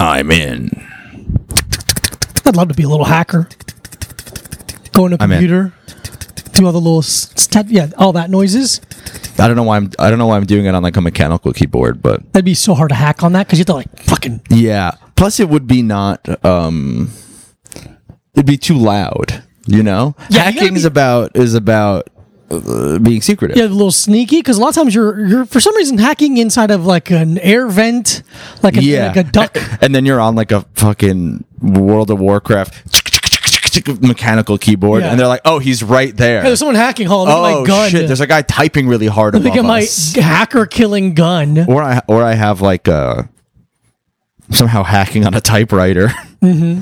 I'm in. I'd love to be a little hacker. Go on a I'm in. computer, do all the little s- stat, yeah, all that noises. I don't know why I'm. I don't know why I'm doing it on like a mechanical keyboard, but That'd be so hard to hack on that because you have to like fucking yeah. Plus, it would be not. um It'd be too loud. You know, Yeah, you gotta hacking is be- about is about uh, being secretive. yeah, a little sneaky because a lot of times you're you're for some reason hacking inside of like an air vent, like a, like a duck. And then you're on like a fucking World of Warcraft mechanical keyboard, Yeah. and they're like, "Oh, he's right there." Hey, there's someone hacking. Hold on, look at oh my gun. shit! There's a guy typing really hard look above at my us. hacker killing gun. Or I or I have like uh somehow hacking on a typewriter. Mm-hmm.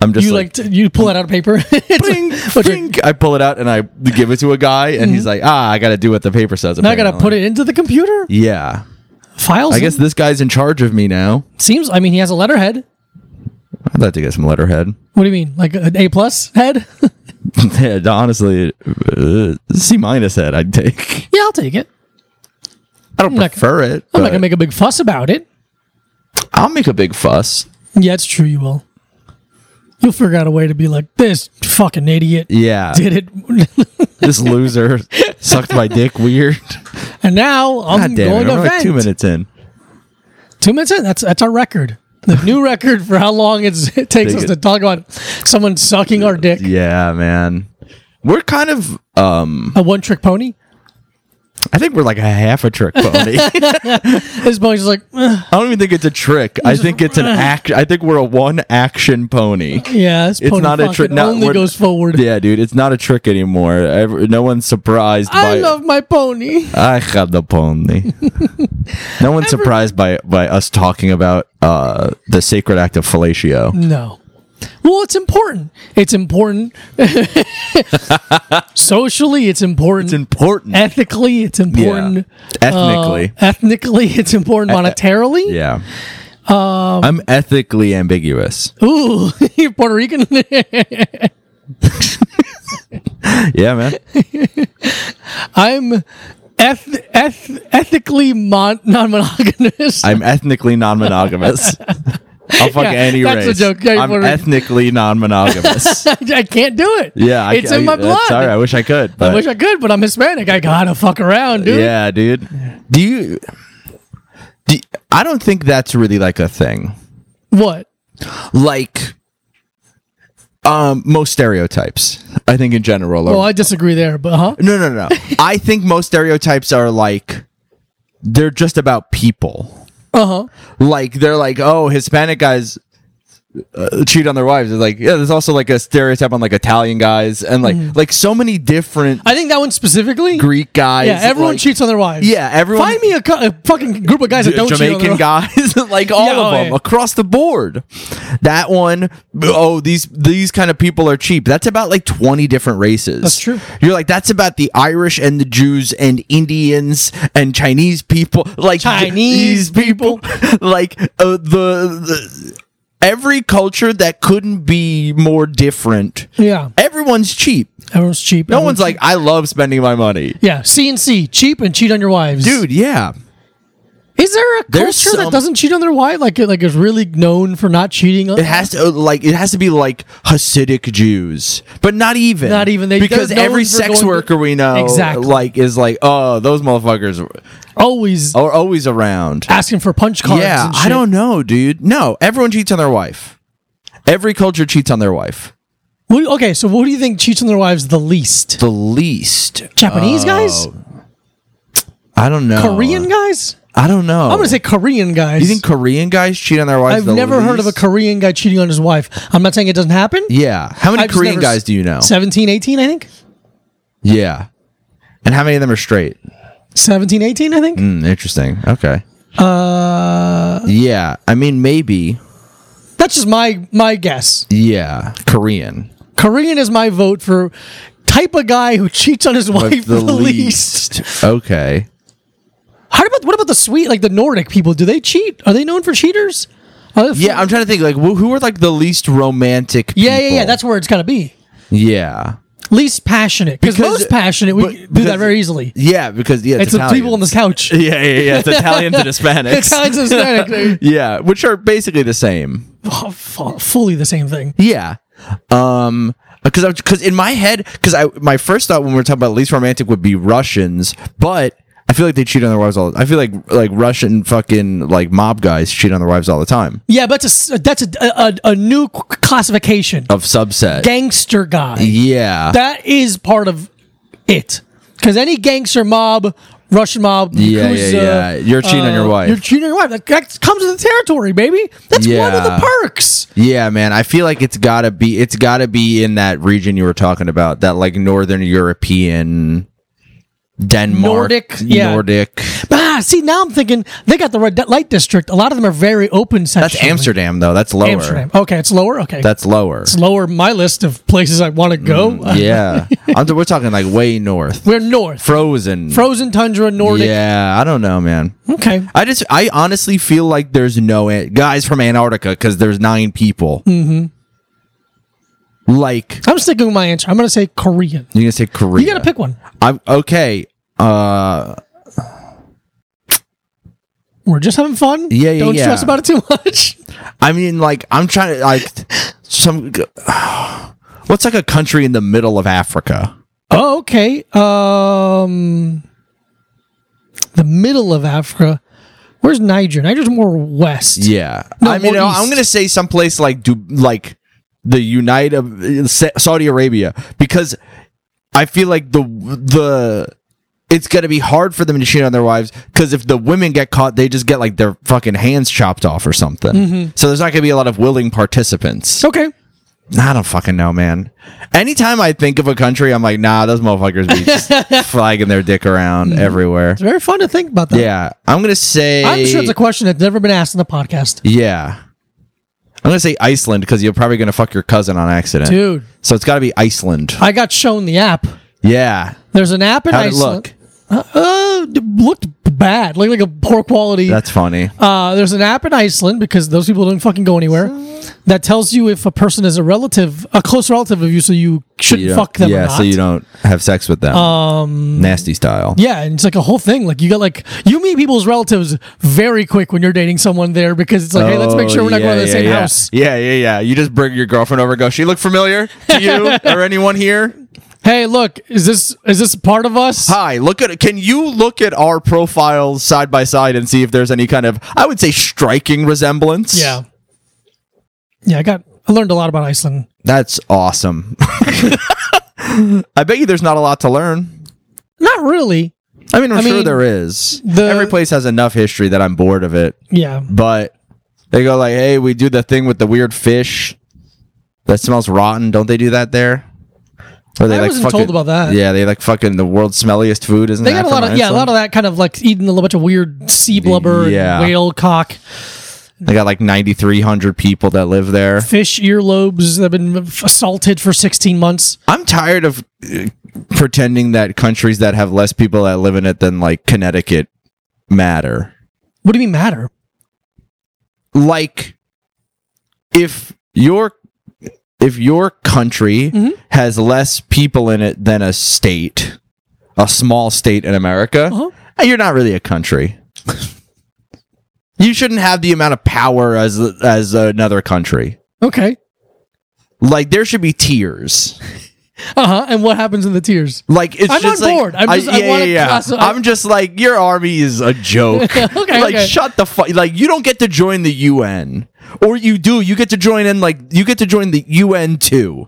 I'm just You like like, t- you pull it out of paper. "Bling, It's like- bling." I pull it out and I give it to a guy, and he's like, "Ah, I got to do what the paper says." Mm-hmm. Now I gotta put it into the computer. Yeah, Files. I guess this guy's in charge of me now. seems. I mean, he has a letterhead. I'd like to get some letterhead. What do you mean, like an A plus head? Yeah, honestly, uh, C minus head I'd take. yeah, I'll take it. I don't not prefer it. I'm but not gonna make a big fuss about it. I'll make a big fuss. Yeah, it's true. You will. You'll figure out a way to be like this fucking idiot Yeah, did it, this loser sucked my dick weird. and now I'm God damn going it! to I'm vent. like two minutes in. Two minutes in. That's that's our record. The new record for how long it's, it takes Dig us it. to talk about someone sucking our dick. Yeah, man. We're kind of. um A one trick pony. I think we're like a half a trick pony. I This pony's just like, "Ugh, don't even think it's a trick. I think it's an act. I think we're a one action pony. yeah, this It's pony not a fucking trick. no, only we're- goes forward. Yeah, dude, it's not a trick anymore. Every, no one's surprised. I by love my pony. I had the pony. no one's surprised by by us talking about uh, the sacred act of fellatio. No. Well, it's important. It's important. Socially, it's important. It's important. Ethically, it's important. Ethnically. E-, Uh, ethnically, it's important. Monetarily, yeah. um, I'm ethically ambiguous. ooh, you're Puerto Rican. Yeah, man. I'm eth- eth- ethically mon- non-monogamous. I'm ethnically non-monogamous. I'll fuck Yeah, any that's race. a joke. Yeah, I'm Puerto Rican. ethnically non-monogamous. I can't do it. yeah, it's I, in my I- blood. Sorry, I wish I could. But I wish I could, but I'm Hispanic. I gotta fuck around, dude. Yeah, dude. Do you? Do, I don't think that's really like a thing. What? like um most stereotypes i think in general are, Well, Oh, I disagree there, but huh? no no no i think most stereotypes are like they're just about people Uh huh. like they're like oh hispanic guys uh, cheat on their wives It's like yeah there's also like a stereotype on like italian guys and like Mm. like so many different I think that one specifically. greek guys yeah, everyone like, cheats on their wives. yeah everyone Find me a, co- a fucking group of guys that don't cheat on their Jamaican wives. guys, like all Yeah, of oh, them yeah. across the board. That one, oh, these these kind of people are cheap. That's about like twenty different races. That's true. You're like that's about the Irish and the Jews and Indians and Chinese people, like Chinese these people, like uh, the. the Every culture that couldn't be more different. Yeah, Everyone's cheap. everyone's cheap. No one's like, I love spending my money. yeah, CNC, cheap and cheat on your wives, Dude, yeah. Is there a There's culture some- that doesn't cheat on their wife? Like, like is really known for not cheating? It has to uh, like it has to be like Hasidic Jews, but not even Not even. They- because there's no every ones that are sex going to- worker we know Exactly. like is like oh those motherfuckers always are always around. asking for punch cards. Oh. Yeah, and I shit. don't know, dude. No, everyone cheats on their wife. Every culture cheats on their wife. What- okay, so what do you think cheats on their wives the least? The least Oh, Japanese guys, I don't know. Korean guys. I don't know. I'm gonna say Korean guys. Oh. you think Korean guys cheat on their wives? I've the never heard of a least? Korean guy cheating on his wife. I'm not saying it doesn't happen. Yeah. How many I've just Korean never guys s- do you know? 17, 18, I think. Yeah. And how many of them are straight? 17, 18, I think. Hmm, interesting. Okay. Uh, Yeah, I mean maybe. that's just my my guess. Yeah, Korean. Korean is my vote for type of guy who cheats on his wife the, least. Okay. How about what about the sweet like the Nordic people? Do they cheat? Are they known for cheaters? Are they- Yeah, I'm trying to think like wh- who are like the least romantic. yeah, yeah, yeah. people? That's where it's gotta be. yeah. least passionate because Because- most passionate but- we do because- that very easily. Yeah, because yeah, It's the people on this couch. Italians. Yeah, yeah, yeah. It's Italians and Hispanics. Italians and Hispanic, Yeah, which are basically the same. oh, fu- fully the same thing. Yeah. Um because I because in my head because I my first thought when we were talking about least romantic would be Russians, but I feel like they cheat on their wives all. I feel like like Russian fucking like mob guys cheat on their wives all the time Yeah, but that's a that's a a, a new c- classification. of subset. Gangster guy. yeah. That is part of it. Because any gangster mob, Russian mob, Yeah, yeah, yakuza, uh, yeah. Uh, You're cheating on your wife. You're cheating on your wife. That, that comes with the territory, baby. That's one of Yeah. the perks. yeah, man. I feel like it's gotta be it's gotta be in that region you were talking about, that like northern European Denmark Nordic, yeah. Nordic. Ah, see, now I'm thinking they got the red light district. A lot of them are very open. That's sexually. Amsterdam though. That's lower. Amsterdam. Okay, it's lower. Okay, That's lower. it's lower. My list of places I want to go. Mm, yeah. I'm, we're talking like way north. We're north, Frozen. frozen tundra, Nordic. Yeah, I don't know, man. Okay, I just, I honestly feel like there's no an- guys from Antarctica because there's nine people. Mm-hmm. Like, I'm sticking with my answer. I'm gonna say Korean. you're gonna say Korea? You gotta pick one. I'm okay. Uh, We're just having fun. Yeah, yeah, Don't yeah. stress about it too much. I mean, like, I'm trying to like some. What's like a country in the middle of Africa? Oh, okay. Um, the middle of Africa. Where's Niger? Niger's more west. Yeah, No, I mean, more I'm east. gonna say someplace like do like the Unite of uh, Sa- Saudi Arabia because I feel like the the it's gonna be hard for them to cheat on their wives because if the women get caught, they just get like their fucking hands chopped off or something. Mm-hmm. So there's not gonna be a lot of willing participants. Okay. I don't fucking know, man. Anytime I think of a country, I'm like, nah, those motherfuckers be just flagging their dick around Mm-hmm. everywhere. It's very fun to think about that. Yeah, I'm gonna say. I'm sure it's a question that's never been asked in the podcast. Yeah. I'm gonna say Iceland because you're probably gonna fuck your cousin on accident. Dude, So it's gotta be Iceland. I got shown the app. Yeah. There's an app in How'd it Iceland. look? Uh, it looked bad. Looked like a poor quality. That's funny. Uh, there's an app in Iceland because those people don't fucking go anywhere that tells you if a person is a relative, a close relative of you, so you shouldn't You don't- fuck them. Yeah, or not. so you don't have sex with them. Um nasty style. Yeah, and it's like a whole thing. Like you got like you meet people's relatives very quick when you're dating someone there because it's like, hey, let's make sure we're not going to the Oh, yeah, same yeah. house. Yeah, yeah, yeah. You just bring your girlfriend over and go, she look familiar to you or anyone here? Hey, look, is this is this part of us? Hi, look at can you look at our profiles side by side and see if there's any kind of I would say striking resemblance? Yeah, yeah. I got I learned a lot about Iceland. That's awesome. I bet you there's not a lot to learn. Not really. I mean, I'm I sure mean, there is. the- Every place has enough history that I'm bored of it. Yeah, But they go like, "Hey, we do the thing with the weird fish that smells rotten." Don't they do that there? Or I wasn't told about that. Yeah, they like fucking the world's smelliest food. Isn't they that got a from lot of yeah, a lot Iceland? of that kind of like eating a little bunch of weird sea blubber, Yeah. and whale cock, They got like 9,300 people that live there. fish earlobes that have been assaulted for 16 months. I'm tired of uh, pretending that countries that have less people that live in it than like Connecticut matter. What do you mean matter? like if your if your country has less people in it than a state a small state in america eh, Uh-huh. you're not really a country you shouldn't have the amount of power as as another country Okay. like there should be tiers Uh huh. And what happens in the tears? like it's I'm just on like, board. I'm just- I wanna class- I- I'm just like your army is a joke. Okay, like okay. shut the fuck. Like you don't get to join the UN, or you do. You get to join in. Like you get to join the UN too.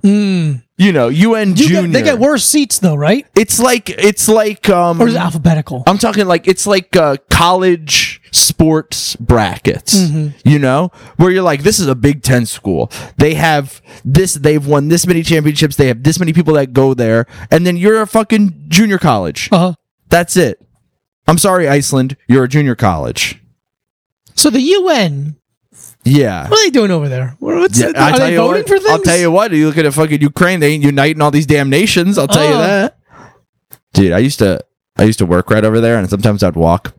You know UN Hmm. You Junior. get, they get worse seats though, right? It's like it's like um. Or is it alphabetical? I'm talking like it's like uh, college sports brackets, Mm-hmm. you know, where you're like, this is a Big Ten school. They have this, they've won this many championships. They have this many people that go there, and then you're a fucking junior college. Uh-huh. That's it. I'm sorry, Iceland. You're a junior college. So the UN, Yeah. what are they doing over there? What- What's Yeah, are they voting what, for things? I'll tell you what. You look at a fucking Ukraine. They ain't uniting all these damn nations. I'll tell you Oh. that. Dude, I used to I used to work right over there, and sometimes I'd walk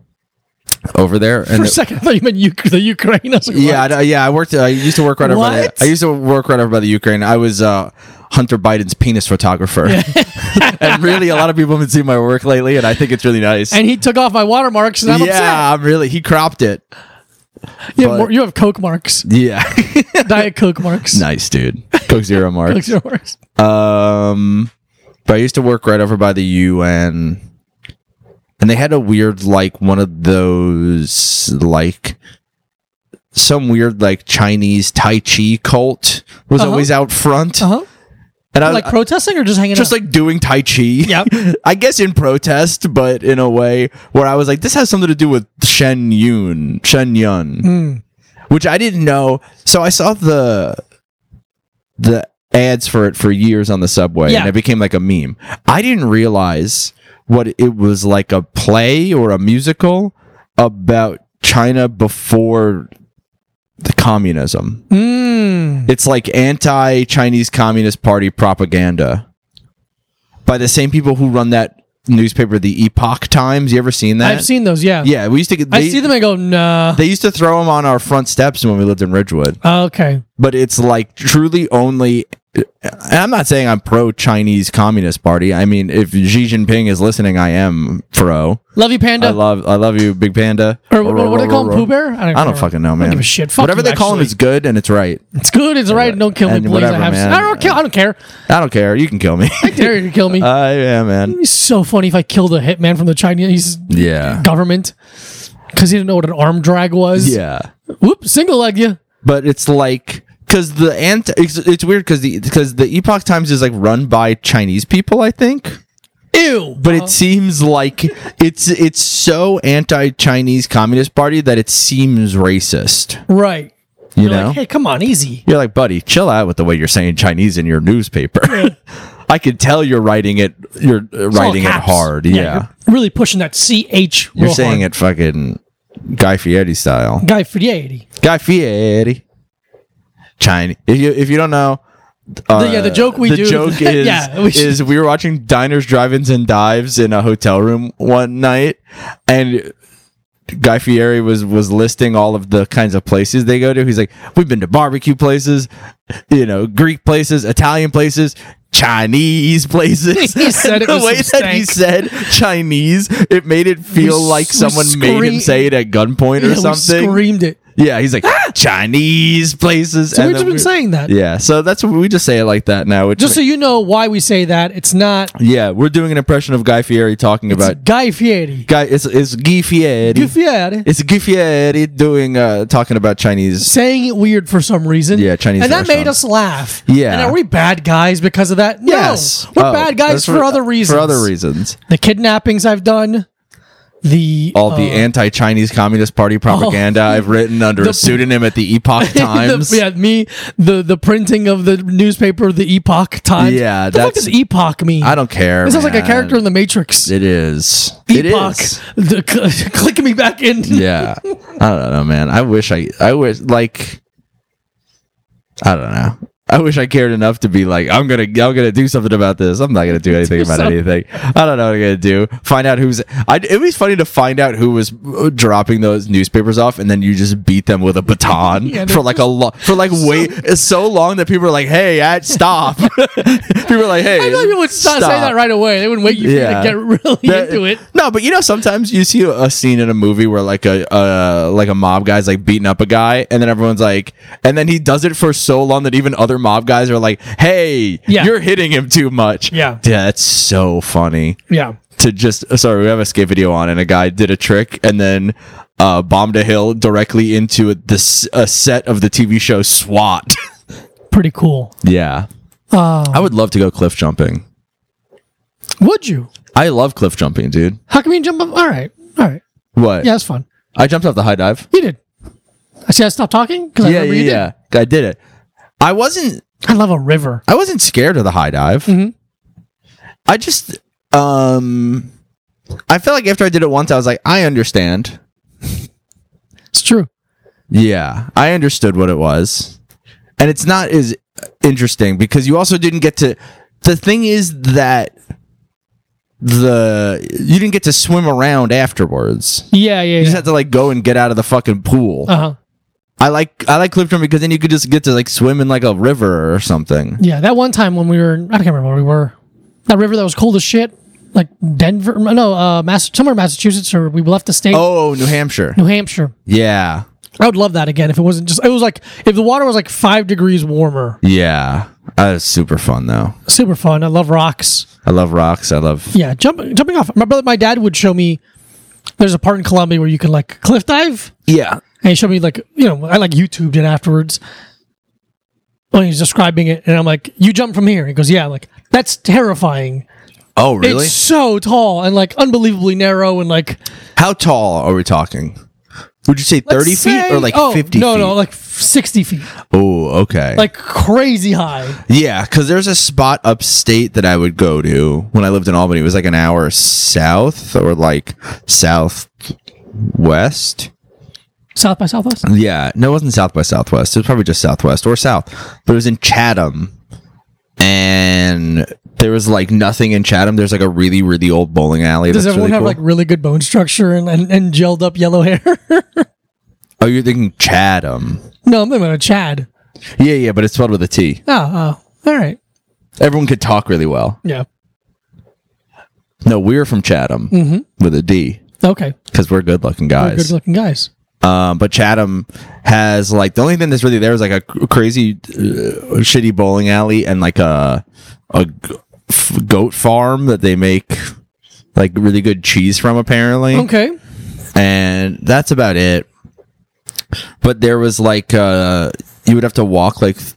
over there. For a And second, I thought you meant Uk- the Ukraine. I was like, yeah, I, what? know- yeah, I worked. I used to work right over. By What? the, I used to work right over by the Ukraine. I was uh, Hunter Biden's penis photographer, and really, a lot of people haven't seen my work lately, and I think it's really nice. And he took off my watermarks, and I'm yeah, upset. I'm really. He cropped it. You but- have, more, you have Coke marks, Yeah, Diet Coke marks. uh-huh. nice dude. Coke Zero Mark. Coke Zero marks. Um, but I used to work right over by the UN, and they had a weird like one of those like some weird like Chinese Tai Chi cult was Uh-huh. always out front, Uh-huh. and I was uh, Like protesting or just hanging just out? like doing Tai Chi. Yep. I guess in protest, but in a way where I was like, this has something to do with Shen Yun, Shen Yun, Hmm. which I didn't know. So I saw the the ads for it for years on the subway, Yeah. and it became like a meme. I didn't realize what it was like a play or a musical about China before the communism. Mm. It's like anti Chinese Communist Party propaganda by the same people who run that newspaper, the Epoch Times. You ever seen that? I've seen those. Yeah. Yeah, we used to get. They, I see them. I go, nah. Oh, They used to throw them on our front steps when we lived in Ridgewood, okay. but it's like truly only. And I'm not saying I'm pro Chinese Communist Party. I mean, if Xi Jinping is listening, I am pro. Love you, Panda. I love, I love you, Big Panda. or what, what do they call him? Roar, roar, Pooh Bear? don't, I don't remember. fucking know, man. give a shit. Fuck Whatever you, they call him actually. is good, and it's right. It's good. It's all right. Don't kill me, And please. whatever, I have. man. I don't kill. I don't care. I don't care. You can kill me. I dare you to kill me. I Uh, yeah, man. It'd be so funny if I killed a hitman from the Chinese Yeah. government because he didn't know what an arm drag was. Yeah. Whoop, single leg you. But it's like cuz the anti it's, it's weird cuz the cuz the Epoch Times is like run by Chinese people, I think. Ew. But it seems like it's it's so anti-Chinese Communist Party that it seems racist, right. you You're know? like, hey, come on, easy. you're like, "Buddy, chill out with the way you're saying Chinese in your newspaper." I could tell you're writing it you're uh, It's all writing it caps. hard. Yeah. you're really pushing that CH. you're saying it fucking Guy Fieri style. Guy Fieri. Guy Fieri. Chinese. If you if you don't know, uh, yeah, the joke we the do- joke is Yeah, we should- is we were watching diners, drive-ins, and dives in a hotel room one night, and Guy Fieri was was listing all of the kinds of places they go to. He's like, we've been to barbecue places, you know, Greek places, Italian places. Chinese places. He said it the with way some that he said stank. Chinese, it made it feel We like s- we someone made him scream- say it at gunpoint or Yeah, we something. screamed it. Yeah, he's like Chinese places. Ah! So and we've just then been saying that. Yeah, so that's what we just say it like that now. Which Just so you know why we say that, it's not yeah, we're doing an impression of Guy Fieri talking it's about Guy Fieri. Guy. It's it's Guy Fieri. Guy Fieri. it's Guy Fieri doing uh, talking about Chinese. Saying it weird for some reason. Yeah, Chinese And that made restaurants. us laugh. Yeah. And are we bad guys because of that? No. Yes, We're Oh, that's bad guys for, other reasons. For other reasons, The kidnappings I've done. The all uh, the anti-Chinese Communist Party propaganda I've written under a pseudonym at the Epoch Times. Oh. the, yeah, me the the printing of the newspaper, the Epoch Times. Yeah, the fuck that's- does Epoch mean? I don't care. It sounds like a man. character in the Matrix. It is. It Epoch. is. The, cl- clicking me back in. yeah i don't know man i wish i i wish like i don't know i wish i cared enough to be like i'm gonna i'm gonna do something about this i'm not gonna do anything about something. anything i don't know what i'm gonna do find out who's i it was funny to find out who was uh, dropping those newspapers off and then you just beat them with a baton Yeah, for like a long for like wait so long that people are like hey at stop people are like hey I feel like people would not say that right away. They wouldn't wait you Yeah. to get really that- into it. No, but you know, sometimes you see a scene in a movie where like a uh, like a mob guy's like beating up a guy, and then everyone's like, and then he does it for so long that even other mob guys are like, "Hey, Yeah. you're hitting him too much." Yeah. yeah, that's so funny Yeah. to just uh, sorry we have a skate video on and a guy did a trick and then uh, bombed a hill directly into this a set of the TV show SWAT. Pretty cool. yeah, Uh, I would love to go cliff jumping. would you? I love cliff jumping, dude. How come you didn't jump up? All right. All right. What? Yeah, that's fun. I jumped off the high dive. You did. I see I stopped talking because I yeah, remember yeah, you yeah. I did it. I wasn't. did. I love a river. I wasn't scared of the high dive. I just, um, I felt like after I did it once, I was like, I understand. It's true. Yeah, I understood what it was, and it's not as interesting because you also didn't get to. The thing is that the you didn't get to swim around afterwards. Yeah, yeah, You just yeah. had to like go and get out of the fucking pool. Uh huh. I like I like Clifton because then you could just get to like swim in like a river or something. Yeah, that one time when we were, I can't remember where we were. That river that was cold as shit, like Denver, no, uh, Mass, somewhere in Massachusetts, or we left the state, Oh, New Hampshire. New Hampshire. Yeah. I would love that again if it wasn't just, it was like, if the water was like five degrees warmer. Yeah. That was super fun though. Super fun. I love rocks. I love rocks. I love Yeah, jump, jumping off. My brother, my dad would show me. There's a part in Colombia where you can like cliff dive, Yeah. and he showed me like you know I like YouTubed it afterwards. When he's describing it, and I'm like, "You jump from here." He goes, "Yeah." I'm like that's terrifying. Oh really? It's so tall and like unbelievably narrow and like How tall are we talking? Would you say let's thirty feet say- or like oh, fifty No, feet? no, like sixty feet, oh, okay. like crazy high. Yeah, because there's a spot upstate that I would go to when I lived in Albany. It was like an hour south or like southwest. South by Southwest. Yeah, no, it wasn't south by southwest. It was probably just southwest or south. But it was in Chatham. And there was like nothing in Chatham. There's like a really, really old bowling alley. Does that's everyone really have cool. like really good bone structure and and, and gelled up yellow hair? Oh, you're thinking Chatham. no, I'm thinking about Chad. Yeah, yeah, but it's spelled with a T. Oh, oh, all right. Everyone could talk really well. Yeah. No, we're from Chatham Mm-hmm. with a D Okay. because we're good looking They're guys. good looking guys. Um, but Chatham has like the only thing that's really there is like a cr- crazy, uh, shitty bowling alley and like a a g- f- goat farm that they make like really good cheese from apparently, Okay. and that's about it. But there was like uh, you would have to walk like th-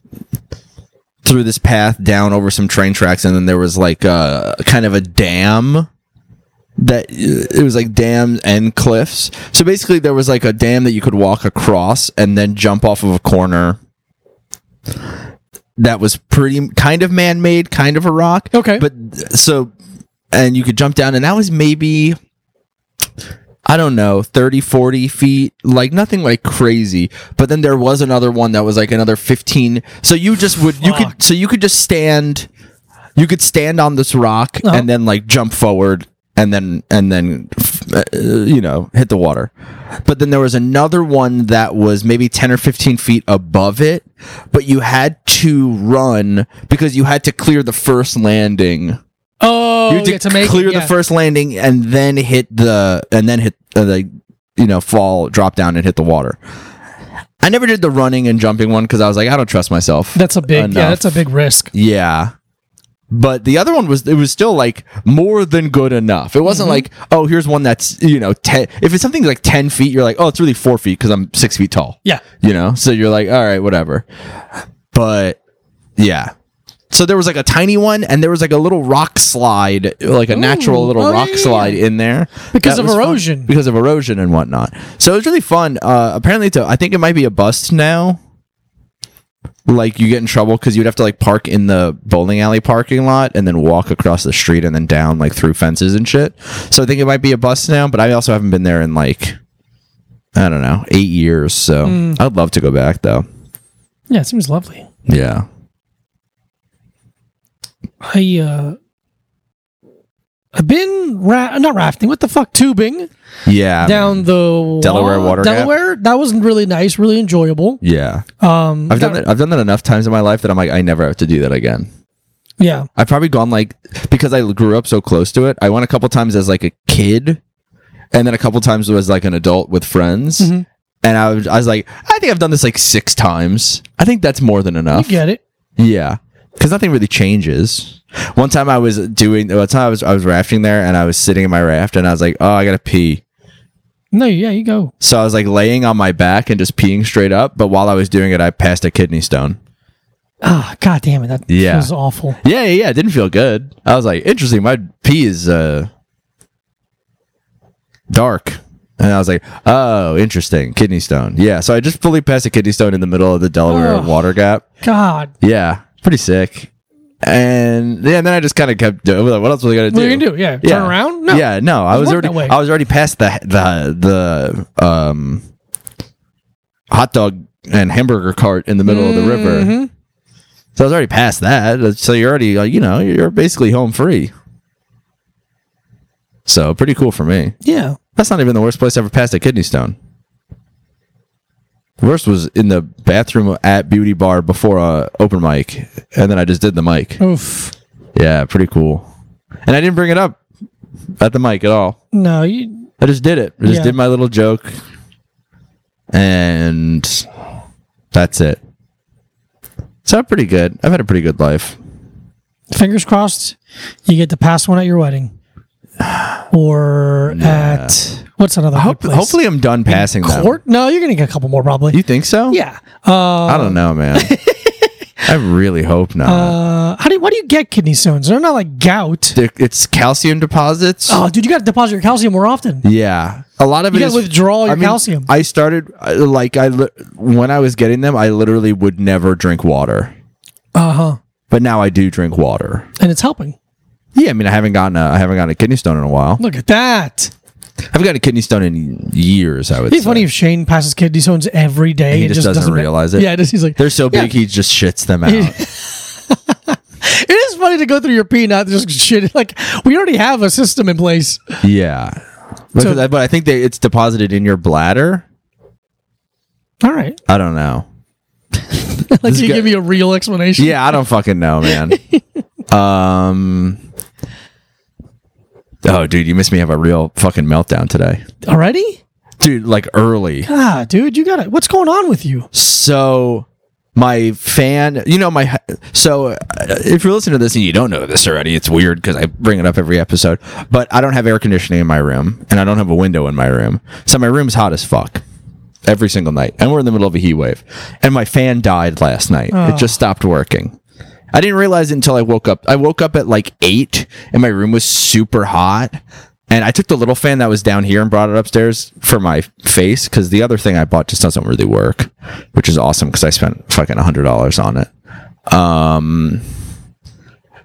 through this path down over some train tracks, and then there was like uh, kind of a dam that uh, it was like dams and cliffs. So basically, there was like a dam that you could walk across and then jump off of a corner. That was pretty kind of man made, kind of a rock. Okay. but so and you could jump down, and that was maybe. I don't know, 30, 40 feet, like nothing like crazy. But then there was another one that was like another 15. So you just would, you Fuck. could, so you could just stand you could stand on this rock Uh-huh. and then like jump forward and then and then f- uh, you know hit the water but then there was another one that was maybe 10 or 15 feet above it but you had to run because you had to clear the first landing Oh, you had to, yeah, to make clear it, yeah. the first landing and then hit the and then hit uh, the you know fall drop down and hit the water i never did the running and jumping one because i was like i don't trust myself That's a big. Yeah, enough. that's a big risk. Yeah. But the other one was it was still like more than good enough. It wasn't like Mm-hmm. oh here's one that's you know ten. If it's something like ten feet, you're like oh it's really four feet because I'm six feet tall. Yeah. You know, so you're like all right whatever. But yeah. So there was like a tiny one, and there was like a little rock slide, like a natural little Oh, yeah, rock yeah, yeah. slide in there Because That of was fun. erosion. because of erosion and whatnot. So it was really fun. Uh, apparently, to, I think it might be a bust now. Like you get in trouble because you'd have to like park in the bowling alley parking lot and then walk across the street and then down like through fences and shit. So I think it might be a bust now. But I also haven't been there in like I don't know eight years. So Mm. I'd love to go back though. Yeah, it seems lovely. Yeah. I uh, I've been ra- not rafting. What the fuck? Tubing Yeah. down the Delaware wa- Water Gap? Delaware. That was really nice. Really enjoyable. Yeah. Um, I've done that. I've done that enough times in my life that I'm like I never have to do that again. Yeah. I've probably gone like because I grew up so close to it. I went a couple times as like a kid, and then a couple times as like an adult with friends. Mm-hmm. And I was, I was like, I think I've done this like six times. I think that's more than You enough. get it. Yeah, because nothing really changes. One time I was doing, one time I was I was rafting there, and I was sitting in my raft, and I was like, oh, I gotta pee. No. Yeah. You go. So I was like laying on my back and just peeing straight up. But while I was doing it, I passed a kidney stone. Ah, god damn it. That Yeah. was awful. Yeah, yeah, yeah. It didn't feel good. I was like, interesting. My pee is uh, dark. And I was like, oh, interesting. Kidney stone. Yeah. So I just fully passed a kidney stone in the middle of the Delaware Ugh. water gap. God. Yeah. Pretty sick. And yeah, and then I just kind of kept doing like, what else was I going to do? What are you gonna do? Yeah. Turn around? No. Yeah, no. I was work that already way. I was already past the the the um hot dog and hamburger cart in the middle of the river. Mm-hmm. uh, So I was already past that. So you're already like, you know, you're basically home free. So pretty cool for me. Yeah. That's not even the worst place I ever passed a kidney stone. Worst was in the bathroom at Beauty Bar before a open mic, and then I just did the mic. Oof. Yeah, pretty cool. And I didn't bring it up at the mic at all. No, you. I just did it. I just Yeah. did my little joke, and that's it. So I'm pretty good. I've had a pretty good life. Fingers crossed, you get to pass one at your wedding, or at what's another? good Hope, place? hopefully, I'm done passing them. court. No, you're gonna get a couple more probably. You think so? yeah. Uh, I don't know, man. I really hope not. uh, how do you, why do you get kidney stones? They're not like gout. There- it's calcium deposits. Oh, dude, you got to deposit your calcium more often. Yeah, a lot of You it got is to withdraw your calcium. I started I- like I li- when I was getting them, I literally would never drink water, Uh huh. but now I do drink water. And it's helping. Yeah, I mean I haven't gotten a I haven't gotten a kidney stone in a while. Look at that. I've gotten a kidney stone in years. I would. It'd be say. funny if Shane passes kidney stones every day. he and just doesn't ma- realize it. Yeah, just, he's like, They're so Yeah. big, he just shits them out. it is funny to go through your pee and not just shit. Like we already have a system in place. yeah, Look So- at that, but I think they, it's deposited in your bladder. All right, I don't know. like This you guy- give me a real explanation. Yeah, I don't fucking know, man. um. Oh, dude, you missed me have a real fucking meltdown today, Already? dude. Like early. God, Ah, dude, you got to What's going on with you? So my fan, you know my. So uh, if you're listening to this and you don't know this already, it's weird because I bring it up every episode. But I don't have air conditioning in my room, and I don't have a window in my room, so my room's hot as fuck every single night, and we're in the middle of a heat wave. And my fan died last night; it just stopped working. I didn't realize it until I woke up. I woke up at like eight, and my room was super hot. And I took the little fan that was down here and brought it upstairs for my face because the other thing I bought just doesn't really work, which is awesome because I spent fucking hundred dollars on it. Um,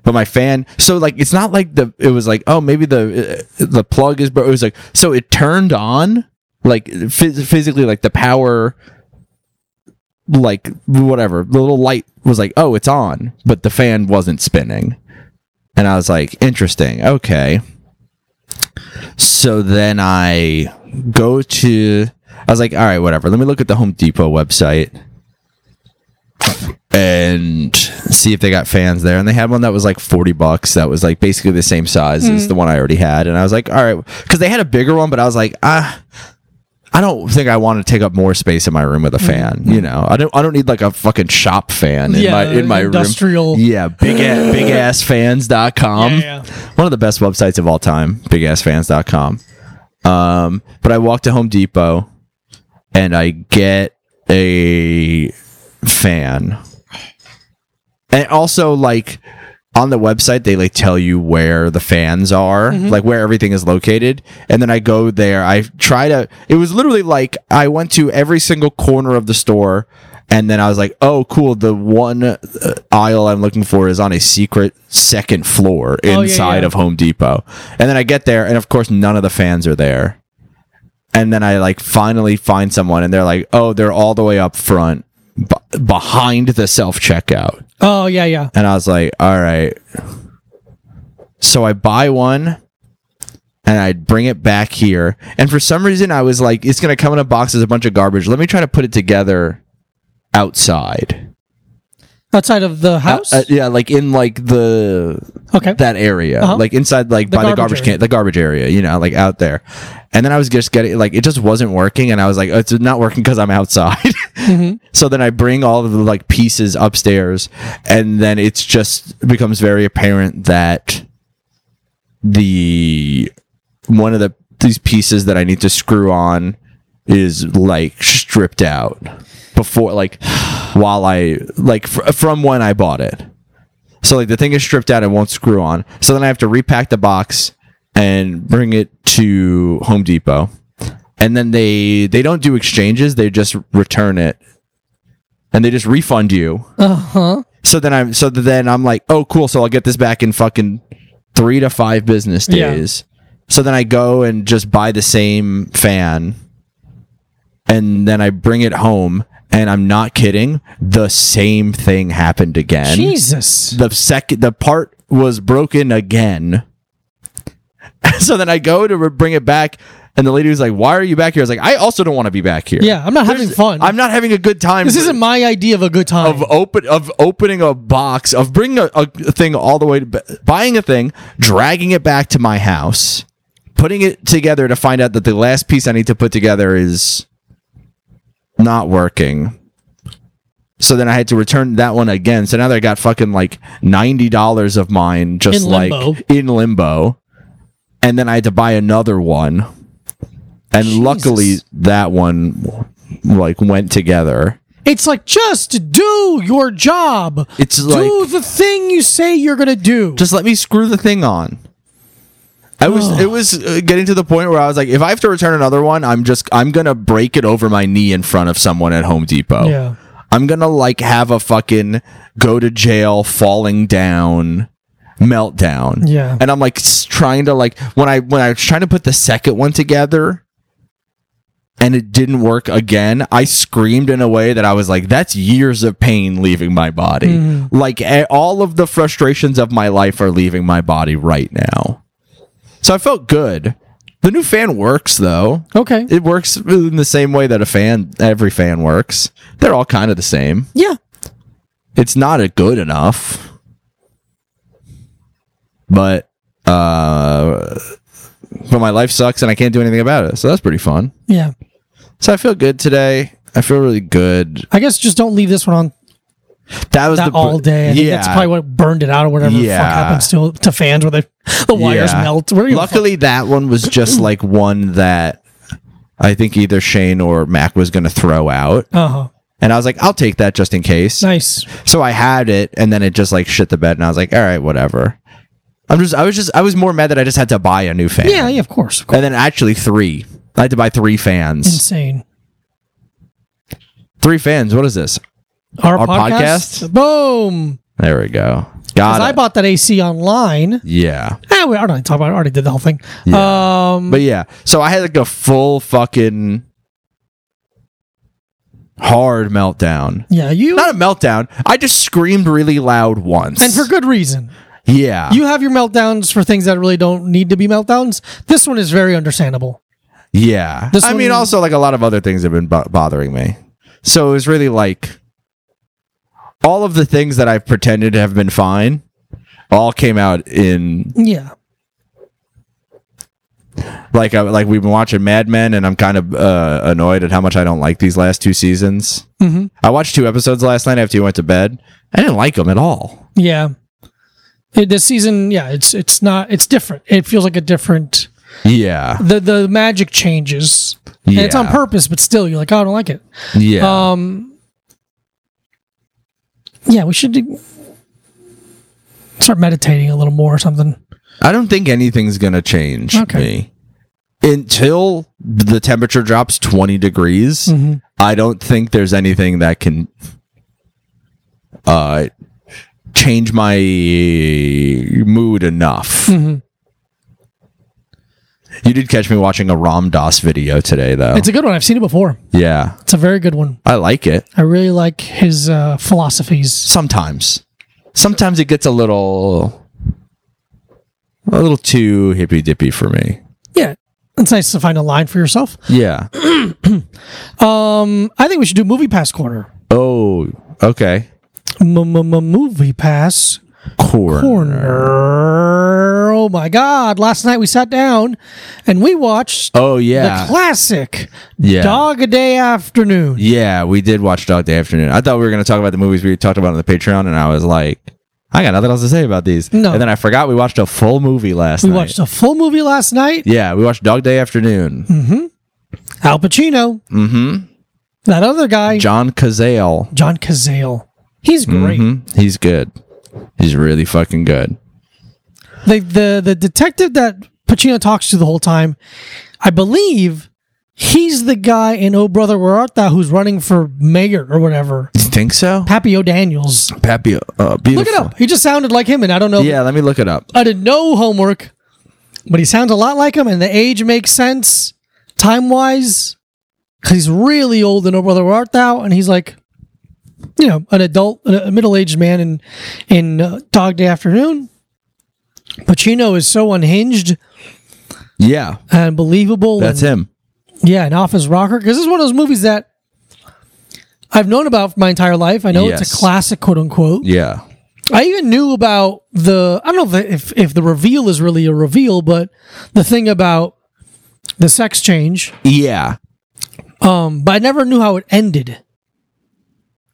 but my fan, so like it's not like the it was like oh maybe the uh, the plug is but it was like so it turned on like phys- physically like the power like whatever the little light was like oh it's on but the fan wasn't spinning and i was like interesting okay so then i go to i was like all right whatever let me look at the home depot website and see if they got fans there and they had one that was like 40 bucks that was like basically the same size as the one i already had and i was like all right because they had a bigger one but i was like ah I don't think I want to take up more space in my room with a fan. You know, I don't. I don't need like a fucking shop fan in Yeah, my in my industrial- room. Yeah, big ass, bigassfans.com. Yeah, yeah. One of the best websites of all time, bigassfans.com. Um, but I walk to Home Depot and I get a fan. And also like on the website they like tell you where the fans are, Mm-hmm. like where everything is located. And then I go there. I try to it was literally like I went to every single corner of the store and then I was like, "Oh, cool, the one uh, aisle I'm looking for is on a secret second floor Oh, yeah, inside yeah. of Home Depot." And then I get there and of course none of the fans are there and then I like finally find someone, and they're like, "Oh, they're all the way up front, b- behind the self checkout." Oh yeah, yeah. And I was like, "All right." So I buy one, and I bring it back here. And for some reason, I was like, "It's gonna come in a box as a bunch of garbage. Let me try to put it together outside." Outside of the house. Uh, yeah, like in like the okay. that area, Uh-huh. like inside, like by the garbage garbage area. can, the garbage area, you know, like out there. And then I was just getting like it just wasn't working, and I was like, oh, it's not working because I'm outside. Mm-hmm. So then I bring all of the like pieces upstairs, and then it's just becomes very apparent that the one of the these pieces that I need to screw on is like stripped out before like while I like fr- from when I bought it. So like the thing is stripped out and won't screw on. So then I have to repack the box and bring it to Home Depot. And then they they don't do exchanges, they just return it. And they just refund you. Uh huh. So then I'm so then I'm like, "Oh cool, so I'll get this back in fucking 3 to 5 business Yeah. days." So then I go and just buy the same fan. And then I bring it home and I'm not kidding, the same thing happened again Jesus. the second the part was broken again so then I go to re- bring it back, and the lady was like, "Why are you back here?" I was like, "I also don't want to be back here. Yeah, I'm not having fun. I'm not having a good time. this isn't my idea of a good time. of open of opening a box of bringing a, a thing all the way to b- buying a thing, dragging it back to my house, putting it together to find out that the last piece I need to put together is not working. So then I had to return that one again. So now that I got fucking like ninety dollars of mine just In like limbo. in limbo, and then I had to buy another one, and luckily that one like went together. it's like just do your job. It's do like the thing you say you're gonna do. just let me screw the thing on. I was it was uh, getting to the point where I was like, if I have to return another one, I'm just I'm gonna break it over my knee in front of someone at Home Depot. Yeah. I'm gonna like have a fucking go to jail, falling down, meltdown. Yeah. and I'm like s- trying to like when I when I was trying to put the second one together. And it didn't work again. I screamed in a way that I was like, "That's years of pain leaving my body. Like eh, all of the frustrations of my life are leaving my body right now." So I felt good. The new fan works though okay. it works in the same way that a fan every fan works they're all kind of the same yeah. it's not a good enough but uh but my life sucks and i can't do anything about it so that's pretty fun Yeah. so i feel good today i feel really good I guess just don't leave this one on that was that the all day. I think yeah that's probably what burned it out or whatever the fuck Yeah. happens to to fans where they, the wires Yeah. melt. Where luckily that one was just like one that i think either shane or mac was gonna throw out Uh huh. and i was like i'll take that just in case Nice. So I had it, and then it just like shit the bed, and I was like, all right, whatever. I'm just, I was just, I was more mad that I just had to buy a new fan. Yeah. Yeah. Of course. Of course. And then actually three. I had to buy three fans. Insane. Three fans. What is this? Our, Our podcast. Boom. There we go. 'Cause Got it. I bought that AC online. yeah. Ah, we already talked about. It. I already did the whole thing. Um. But yeah, so I had like a full fucking hard meltdown. yeah. You Not a meltdown. I just screamed really loud once. and for good reason. yeah. You have your meltdowns for things that really don't need to be meltdowns. This one is very understandable. Yeah. This I mean, one- also, like a lot of other things have been bo- bothering me. So it was really like all of the things that I've pretended have been fine all came out in Yeah. like I, like we've been watching Mad Men and I'm kind of uh, annoyed at how much I don't like these last two seasons. hmm I watched two episodes last night after you went to bed. I didn't like them at all. Yeah. It- this season, yeah, it's it's not it's different. It feels like a different Yeah. the the magic changes. And Yeah. it's on purpose, but still you're like, oh, I don't like it. Yeah. Um Yeah, we should do, start meditating a little more or something. I don't think anything's going to change Okay. me until the temperature drops 20 degrees. Mm-hmm. I don't think there's anything that can uh change my mood enough. Mm-hmm. You did catch me watching a Ram Dass video today though. It's a good one. I've seen it before. yeah. It's a very good one. I like it. I really like his uh, philosophies. Sometimes. Sometimes it gets a little a little too hippy dippy for me. Yeah. It's nice to find a line for yourself. Yeah. Um, I think we should do movie pass corner. Oh, okay. Movie pass Corn. corner. Oh my god! Last night we sat down and we watched Oh the yeah. classic Yeah. Dog a Day Afternoon. Yeah, we did watch Dog Day Afternoon. I thought we were going to talk about the movies we talked about on the Patreon, and I was like, I got nothing else to say about these. No. And then I forgot we watched a full movie last We night. watched a full movie last night. yeah, we watched Dog Day Afternoon. Hmm. Al Pacino. Mm-hmm. That other guy, John Cazale. John Cazale. He's great. Hmm, He's good. He's really fucking good. The, the the detective that Pacino talks to the whole time, I believe. He's the guy in Oh Brother Where Art Thou who's running for mayor or whatever. You think so? Pappy O'Daniels. Pappy, uh, beautiful. Look it up. He just sounded like him, and I don't know. if Yeah, let me look it up. I did no homework, but he sounds a lot like him, and the age makes sense time wise. Cause he's really old in Oh Brother Where Art Thou, and he's like, you know, an adult, a middle aged man in in uh, Dog Day Afternoon. Pacino is so unhinged Yeah, and believable. that's and, him. Yeah, an office rocker. Because this is one of those movies that I've known about for my entire life. I know it's Yes. a classic, quote unquote. Yeah. I even knew about the I don't know if if the reveal is really a reveal, but the thing about the sex change. Yeah. Um, but I never knew how it ended.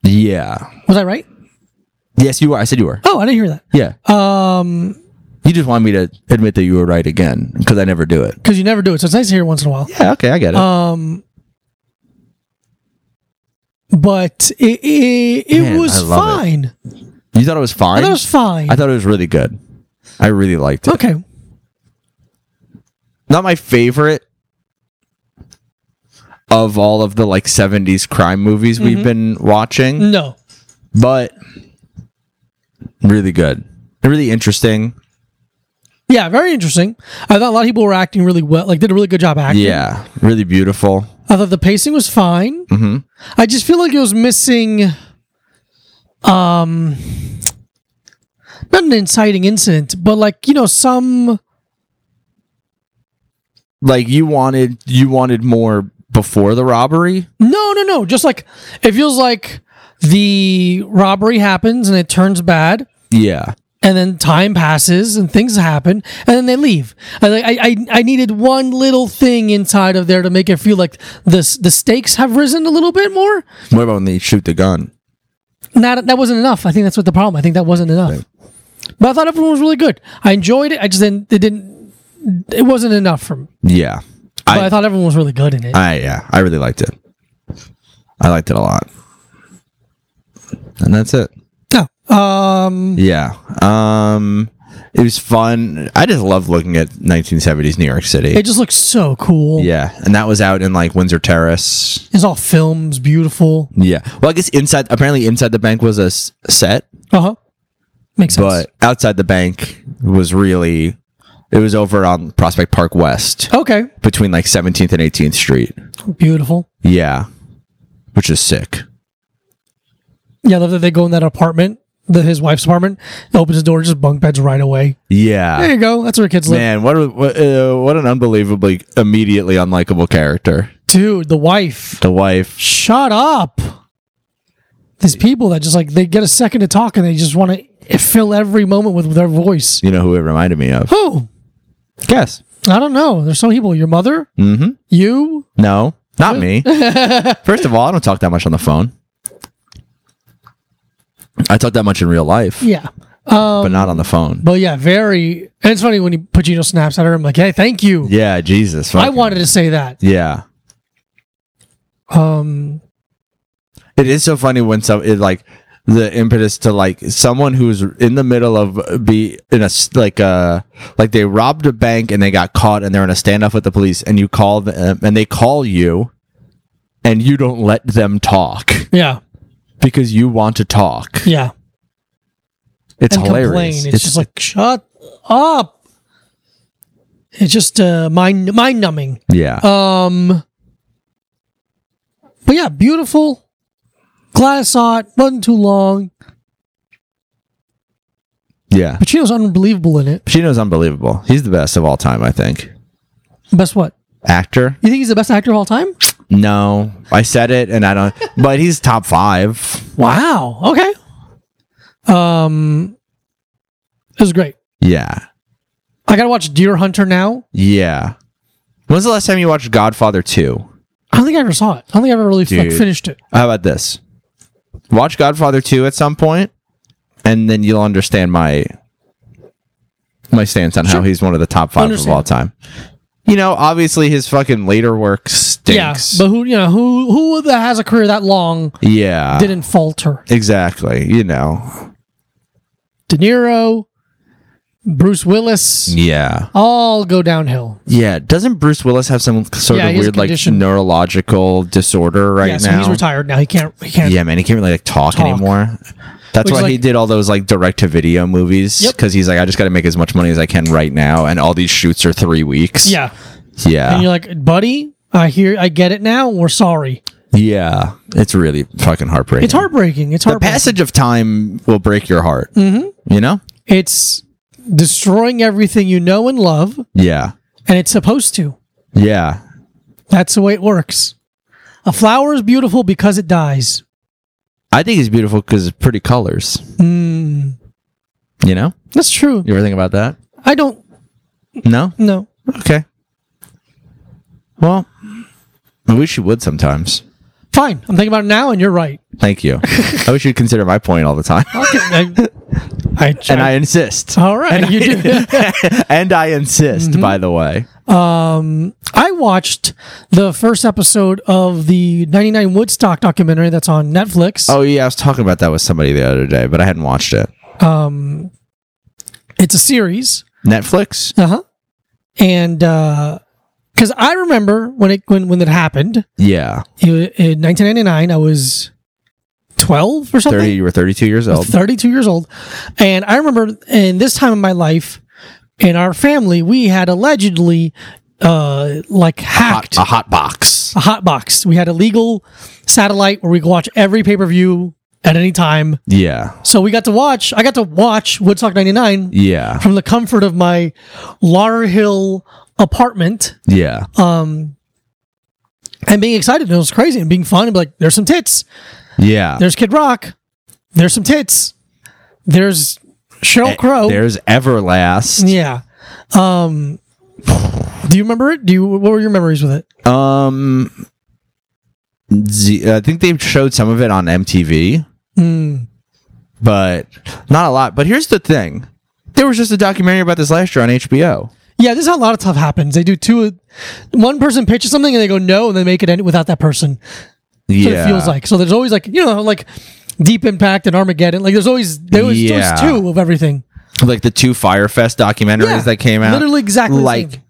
Yeah. Was I right? Yes, you were. I said you were. Oh, I didn't hear that Yeah. Um, you just want me to admit that you were right again because I never do it. Uh, because you never do it. So it's nice to hear it once in a while. Yeah. Okay, I get it. But it it, it Man, I was love it. fine. you thought it was fine. I thought it was fine. I thought it was really good. I really liked it. okay. Not my favorite of all of the like 70s crime movies we've been watching. No. but really good, really interesting. Yeah, very interesting. I thought a lot of people were acting really well. Like did a really good job acting. Yeah, really beautiful. I thought the pacing was fine. I just feel like it was missing, um, not an inciting incident, but like you know some Like you wanted, you wanted more before the robbery. no no no just like it feels like the robbery happens and it turns bad. Yeah, And then time passes and things happen, and then they leave. I, I, I, I needed one little thing inside of there to make it feel like this the stakes have risen a little bit more. what about when they shoot the gun? not that wasn't enough. I think that's what the problem. I think that wasn't enough. But I thought everyone was really good. I enjoyed it. I just didn't. It didn't. It wasn't enough for me. Yeah, But I, I, thought everyone was really good in it. I, yeah, I really liked it. I liked it a lot, and that's it. no. Um. Yeah, um, it was fun. I just love looking at 1970s New York City. It just looks so cool. yeah, and that was out in like Windsor Terrace. It's all films, beautiful. Yeah. Well, I guess inside, apparently inside the bank was a s- set, Uh huh. Makes sense. but outside the bank was really, it was over on Prospect Park West okay. between like 17th and 18th Street. Beautiful. Yeah. Which is sick. Yeah, I love that they go in that apartment, the, his wife's apartment. Opens the door, just bunk beds right away. There Yeah. you go. That's where kids live. Man, what a, what, uh, what an unbelievably immediately unlikable character. Dude, the wife. The wife. shut up. These people that just like they get a second to talk and they just want to fill every moment with their voice. You know who it reminded me of? Who? Guess. I don't know. There's some people. Your mother? Mm-hmm. You? No, not me. First of all, I don't talk that much on the phone. I talk that much in real life, Yeah. but not on the phone. But yeah, very. And it's funny when you Pacino snaps at her. I'm like, hey, thank you. Yeah, Jesus. I fucking- wanted to say that. Yeah, Um. it is so funny when some it like the impetus to like someone who's in the middle of be in a s- like uh like they robbed a bank and they got caught and they're in a standoff with the police and you call them and they call you and you don't let them talk Yeah. because you want to talk. Yeah. It's and hilarious. complain. It's, just like shut up. It's just uh, mind mind numbing. yeah. Um, but yeah, beautiful. Glad I saw it. Wasn't too long. yeah. Pacino's unbelievable in it. Pacino's unbelievable. He's the best of all time, I think. Best what? Actor? You think he's the best actor of all time? No. I said it and I don't but he's top 5. Wow. Okay. Um, it was great. Yeah. I gotta watch Deer Hunter now. Yeah. When's the last time you watched Godfather 2? I don't think I ever saw it. I don't think I ever really like, Dude. finished it. How about this? Watch Godfather 2 at some point and then you'll understand my my stance on how he's one of the top 5 Understand. of all time. You know, obviously his fucking later work stinks. Yeah, but who you know who who that has a career that long Yeah, didn't falter? exactly. You know. De Niro, Bruce Willis, Yeah. all go downhill. Yeah, doesn't Bruce Willis have some sort Yeah, of he has a weird like condition. neurological disorder right yeah, so now? he's retired now. He can't. He can't. Yeah, man, he can't really like talk, Talk. anymore. That's Which is why he like- did all those like direct to video movies Yep. because he's like, I just got to make as much money as I can right now, and all these shoots are three weeks. Yeah. yeah, And you're like, buddy, I hear, I get it now. We're sorry. yeah. It's really fucking heartbreaking. It's heartbreaking. It's The heartbreaking. passage of time will break your heart. Mm-hmm. You know? it's destroying everything you know and love, Yeah, and it's supposed to. Yeah. That's the way it works. A flower is beautiful because it dies. I think he's beautiful because it's pretty colors. Mm, You know? that's true. You ever think about that? I don't No? know. Okay. Well, I wish you would sometimes. Fine. I'm thinking about it now, and you're right. Thank you. I wish you'd consider my point all the time. Okay. Oh. I, I, And I insist. all right. You do. and I insist, Mm-hmm. by the way. I watched the first episode of the 99 Woodstock documentary that's on Netflix. Oh, yeah. I was talking about that with somebody the other day, but I hadn't watched it. It's a series. Netflix? Uh huh. And, uh, because I remember when it when when it happened Yeah. it, in 1999, I was 12 or something. 30, you were 32 years old. 32 years old. And I remember in this time in my life, in our family, we had allegedly uh like hacked Hot, a hot box. a hot box. We had a legal satellite where we could watch every pay-per-view at any time. Yeah. So we got to watch I got to watch Woodstock 99 Yeah. from the comfort of my Lauder Hill apartment Yeah. Uh, and being excited and it was crazy and being fun and be like there's some tits. yeah. There's Kid Rock. There's some tits. There's Cheryl Crow. E, Eh, There's Everlast. Yeah. Um, do you remember it? Do you? What were your memories with it? Um, Z- I think they've showed some of it on MTV, Mm. but not a lot. But here's the thing: there was just a documentary about this last year on HBO. Yeah, this is how a lot of stuff happens. They do two, one person pitches something and they go no, and they make it end without that person. Yeah, So It feels like so. There's always like you know like Deep Impact and Armageddon. Like there's always there was there was Yeah. two of everything. like the two Firefest documentaries Yeah. that came out. Literally exactly the Like, same.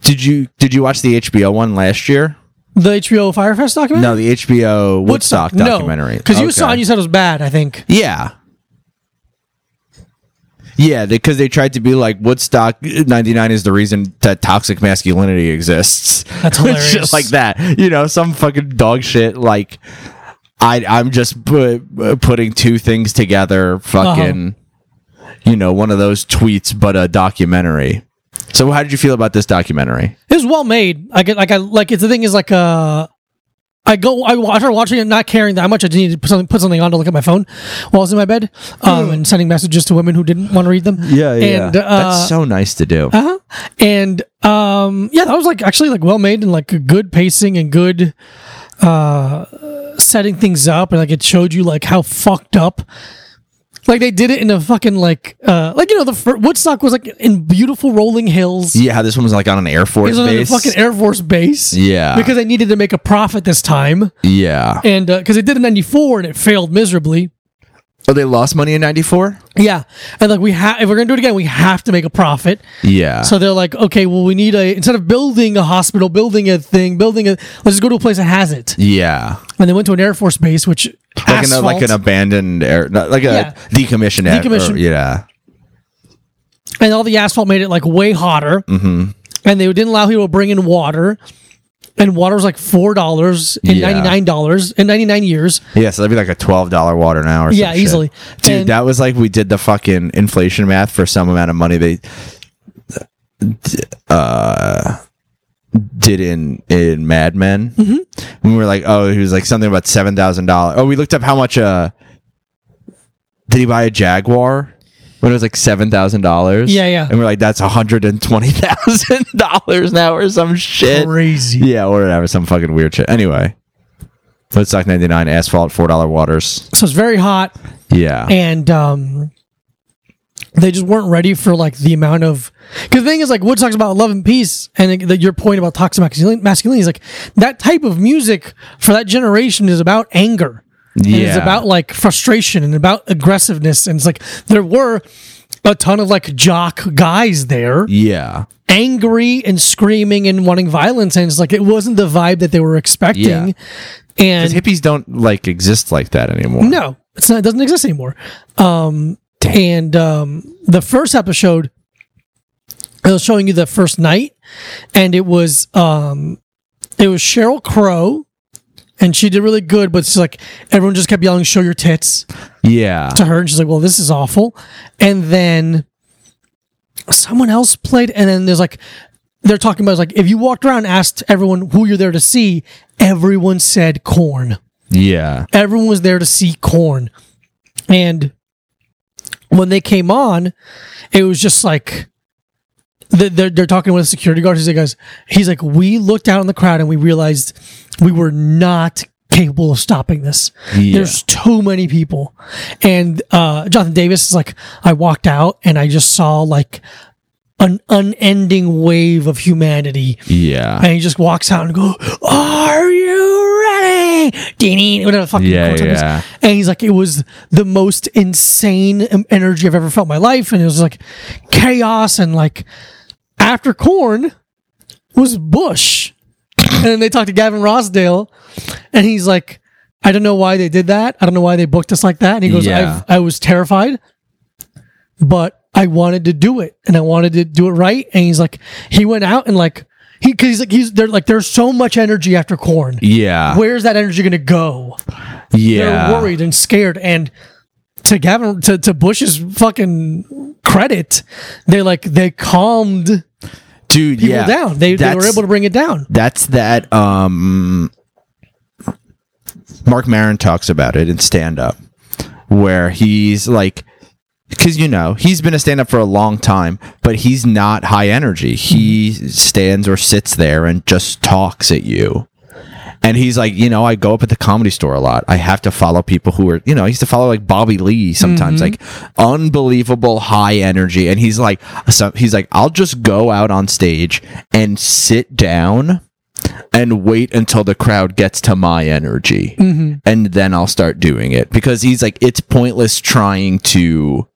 did you did you watch the HBO one last year? The HBO Firefest documentary. No, the HBO Woodstock, documentary. Because you Okay. saw and you said it was bad. I think. Yeah. Yeah, because they tried to be like Woodstock '99 is the reason that toxic masculinity exists. That's hilarious. shit like that. You know, some fucking dog shit. Like, I I'm just put, uh, putting two things together. Fucking, Uh-huh. you know, one of those tweets, but a documentary. So, how did you feel about this documentary? It was well made. I get like I like it's the thing is like uh I go I, wa- I started watching it not caring that much I didn't need to put something put something on to look at my phone while I was in my bed Hmm. um, and sending messages to women who didn't want to read them. And uh, that's so nice to do. uh-huh. and um yeah, that was like actually like well made and like a good pacing and good uh setting things up and like it showed you like how fucked up like they did it in a fucking like uh like you know the fir- Woodstock was like in beautiful rolling hills. yeah, how this one was like on an Air Force It was base. on a fucking Air Force base. Yeah. Because they needed to make a profit this time. yeah. And because they did in 94 and it failed miserably. Oh, they lost money in '94. Yeah. And like, we have, if we're going to do it again, we have to make a profit. Yeah. So they're like, okay, well, we need a, instead of building a hospital, building a thing, building a, let's just go to a place that has it. yeah. And they went to an Air Force base, which, Like an, asphalt, like an abandoned air, not- like a Yeah. decommissioned, air- or- Decommissioned. yeah. and all the asphalt made it like way hotter. Mm-hmm. And they didn't allow people to bring in water. And water was like four dollars and Yeah. ninety nine dollars in ninety nine years. Yeah, so that'd be like a twelve dollar water now or some Yeah, shit. easily. Dude, And- that was like we did the fucking inflation math for some amount of money they uh did in in Mad Men. Mm-hmm. We were like, oh, he was like something about seven thousand dollars. Oh, we looked up how much. Uh, did he buy a Jaguar? When it was like seven thousand dollars. Yeah, yeah. And we're like, that's hundred and twenty thousand dollars now or some shit. Crazy. Yeah, or whatever, some fucking weird shit. Anyway, Woodstock '99, asphalt, four dollar waters. so it's very hot Yeah, and um they just weren't ready for like the amount of because the thing is like wood talks about love and peace and like, the, your point about toxic masculin- masculinity is like that type of music for that generation is about anger And Yeah. it's about like frustration and about aggressiveness and it's like there were a ton of like jock guys there yeah, angry and screaming and wanting violence and it's like it wasn't the vibe that they were expecting Yeah. and hippies don't like exist like that anymore. No, it's not. It doesn't exist anymore. Um, and um, the first episode, it was showing you the first night, and it was um, it was Cheryl Crow, and she did really good. But she's like, everyone just kept yelling, "Show your tits." Yeah, to her and she's like well this is awful and then someone else played and then there's like they're talking about is like if you walked around and asked everyone who you're there to see, everyone said corn. Yeah. Everyone was there to see corn. And when they came on, it was just like th- they're, they're talking with a security guard. He's like, guys, he's like, we looked out in the crowd and we realized we were not capable of stopping this. Yeah. There's too many people. And uh, Jonathan Davis is like, I walked out and I just saw like an unending wave of humanity Yeah. and he just walks out and goes, "Are you ready?" Ding, whatever the fuck. the Yeah, chorus line is. yeah. And he's like, it was the most insane em- energy I've ever felt in my life, and it was like chaos and like after corn was Bush, and then they talked to Gavin Rossdale, and he's like, I don't know why they did that. I don't know why they booked us like that. And he goes, Yeah. I've, I was terrified, but I wanted to do it and I wanted to do it right. And he's like, he went out and like, he, cause he's like, he's, they're like, there's so much energy after corn. Yeah. Where's that energy going to go? Yeah. They're worried and scared. And to Gavin, to, to Bush's fucking credit, they like, they calmed Dude, people yeah. down. They, they were That's- able to bring it down. That's that um Mark Maron talks about it in stand up where he's like cuz you know, he's been a stand up for a long time, but he's not high energy. He stands or sits there and just talks at you. And he's like, you know, I go up at the comedy store a lot. I have to follow people who are, you know, I used to follow like Bobby Lee sometimes, like unbelievable high energy. And he's like, so he's like, I'll just go out on stage and sit down and wait until the crowd gets to my energy. Mm-hmm. And then I'll start doing it because he's like, it's pointless trying to.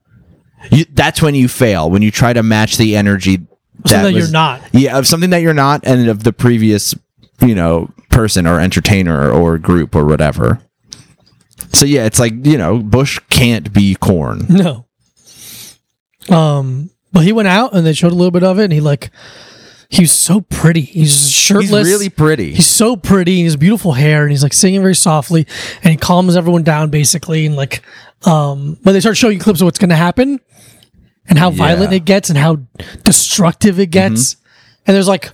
You, that's when you fail, when you try to match the energy So that, was- you're not. yeah, of something that you're not and of the previous, you know, person or entertainer or group or whatever. So yeah, it's like, you know, Bush can't be corn. No. Um, but he went out and they showed a little bit of it, and he like he was so pretty. He's He's shirtless. really pretty. He's so pretty. And he has beautiful hair, and he's like singing very softly, and he calms everyone down basically. And like, um, but they start showing you clips of what's going to happen, and how violent Yeah. it gets, and how destructive it gets. Mm-hmm. And there's like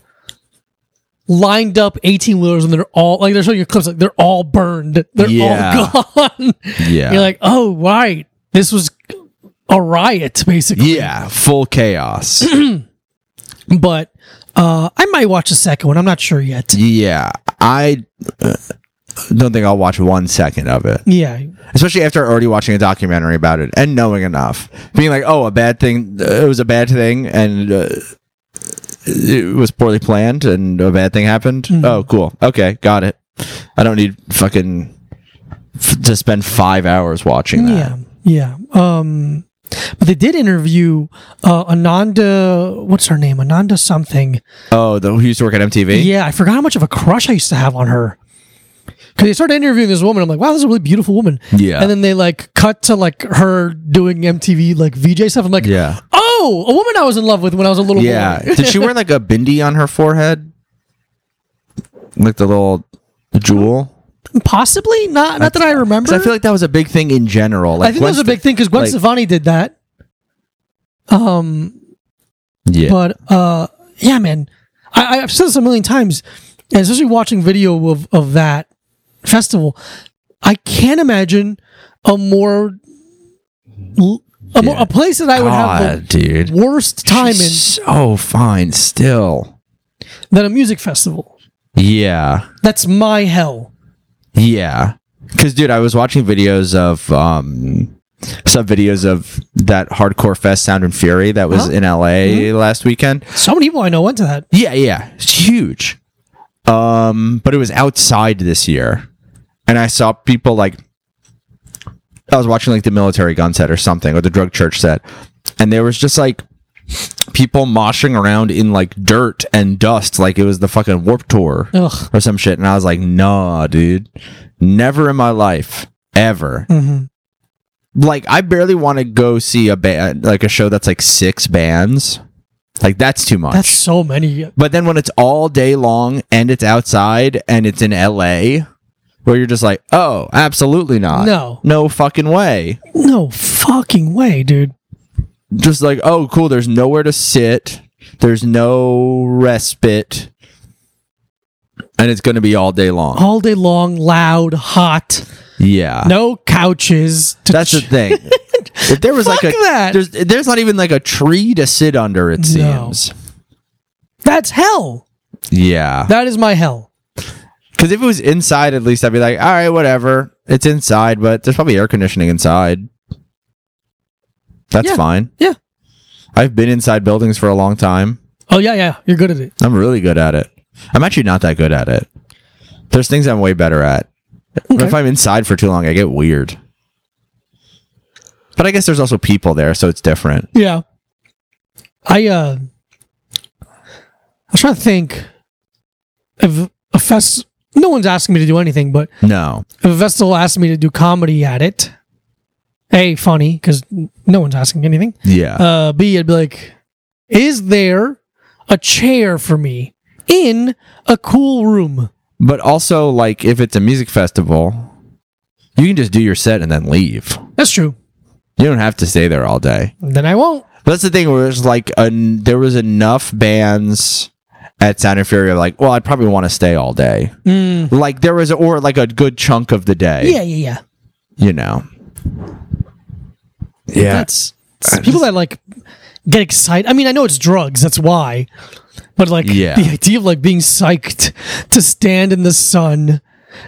lined up 18 wheelers, and they're all like they're showing you clips like they're all burned, they're Yeah. all gone. yeah. You're like, oh right, this was a riot basically. yeah, full chaos. But uh, I might watch the second one. I'm not sure yet. yeah. I uh, don't think I'll watch 1 second of it. Yeah, Especially after already watching a documentary about it and knowing enough. Being like, "Oh, a bad thing, uh, it was a bad thing and uh, it was poorly planned and a bad thing happened. Oh, cool. Okay, got it. I don't need fucking f- to spend five hours watching that. yeah, yeah. Um, but they did interview uh, Ananda. What's her name? Ananda something. Oh, the, who used to work at MTV? Yeah, I forgot how much of a crush I used to have on her. Because they started interviewing this woman, I'm like, wow, this is a really beautiful woman. Yeah. And then they like cut to like her doing MTV like VJ stuff. I'm like, Yeah. oh, a woman I was in love with when I was a little Yeah. boy. Did she wear like a bindi on her forehead? Like the little jewel? Possibly not. Not that I remember. 'Cause I feel like that was a big thing in general. Like I think that was a Gwen big thing because Gwen like- Stefani did that. Um, St- Yeah. but uh, yeah, man, I, I've said this a million times, and especially watching video of of that festival, I can't imagine a more l- a, more, Yeah. a place that I would have God, dude. the worst time in She's so fine still. than a music festival. Yeah. That's my hell. Yeah. Cause dude, I was watching videos of um some videos of that hardcore fest sound and fury that was Huh? Mm-hmm. in LA last weekend. So many people I know went to that. Yeah, yeah. It's huge. Um, but it was outside this year. And I saw people like I was watching like the military gun set or something, or the drug church set, and there was just like people moshing around in like dirt and dust, like it was the fucking warp tour Ugh. or some shit. And I was like, nah, dude. Never in my life. Ever. Mhm. Like, I barely want to go see a band like a show that's like six bands. Like that's too much. That's so many. But then when it's all day long and it's outside and it's in LA, where you're just like, oh, absolutely not. No. No fucking way. No fucking way, dude. Just like, oh, cool, there's nowhere to sit. There's no respite. And it's going to be all day long. all day long, loud, hot, Yeah. Oh. no couches. To That's the ch- thing. if there was like a Fuck that. there's there's not even like a tree to sit under it No. seems. that's hell. Yeah. That is my hell. Cuz if it was inside at least I'd be like, "All right, whatever. It's inside, but there's probably air conditioning inside." That's Yeah. fine. Yeah. I've been inside buildings for a long time. Oh yeah, yeah. You're good at it. I'm really good at it. I'm actually not that good at it. There's things I'm way better at. Okay. If I'm inside for too long, I get weird. But I guess there's also people there, so it's different. Yeah. I uh I was trying to think if a fest no one's asking me to do anything, but No. if a festival asked me to do comedy at it, A, funny, because no one's asking anything. Yeah. Uh B, I'd be like, is there a chair for me in a cool room? But also, like, if it's a music festival, you can just do your set and then leave. That's true. You don't have to stay there all day. Then I won't. That's the thing where it's like an, there was enough bands at Sound and Fury of like, well, I'd probably want to stay all day. Mm. Like there was, or like a good chunk of the day. Yeah, yeah, yeah. You know. Yeah. Uh, That's it's people that like get excited. I mean, I know it's drugs, that's why. But like Yeah. the idea of like being psyched to stand in the sun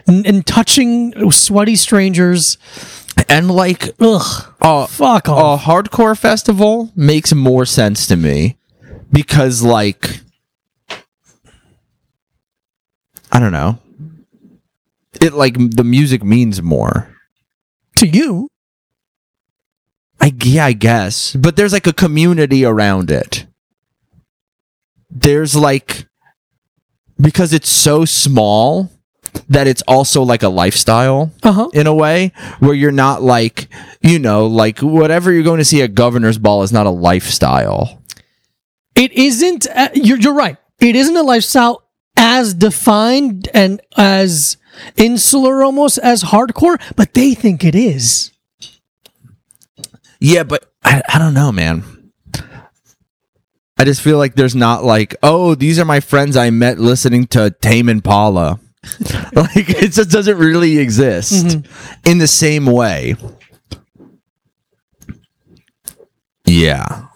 and, and touching sweaty strangers. and like Ugh. uh, Fuck a off. hardcore festival makes more sense to me because like I don't know. It like m- the music means more. to you. I g- yeah, I guess. But there's like a community around it. There's like because it's so small that it's also like a lifestyle Uh-huh. in a way where you're not like, you know, like whatever you're going to see at governor's ball is not a lifestyle. It isn't uh, you're you're right. It isn't a lifestyle as defined and as insular almost as hardcore, but they think it is. Yeah, but I, I don't know, man. I just feel like there's not like, oh, these are my friends I met listening to Tame Impala. like it just doesn't really exist in the same way. Yeah.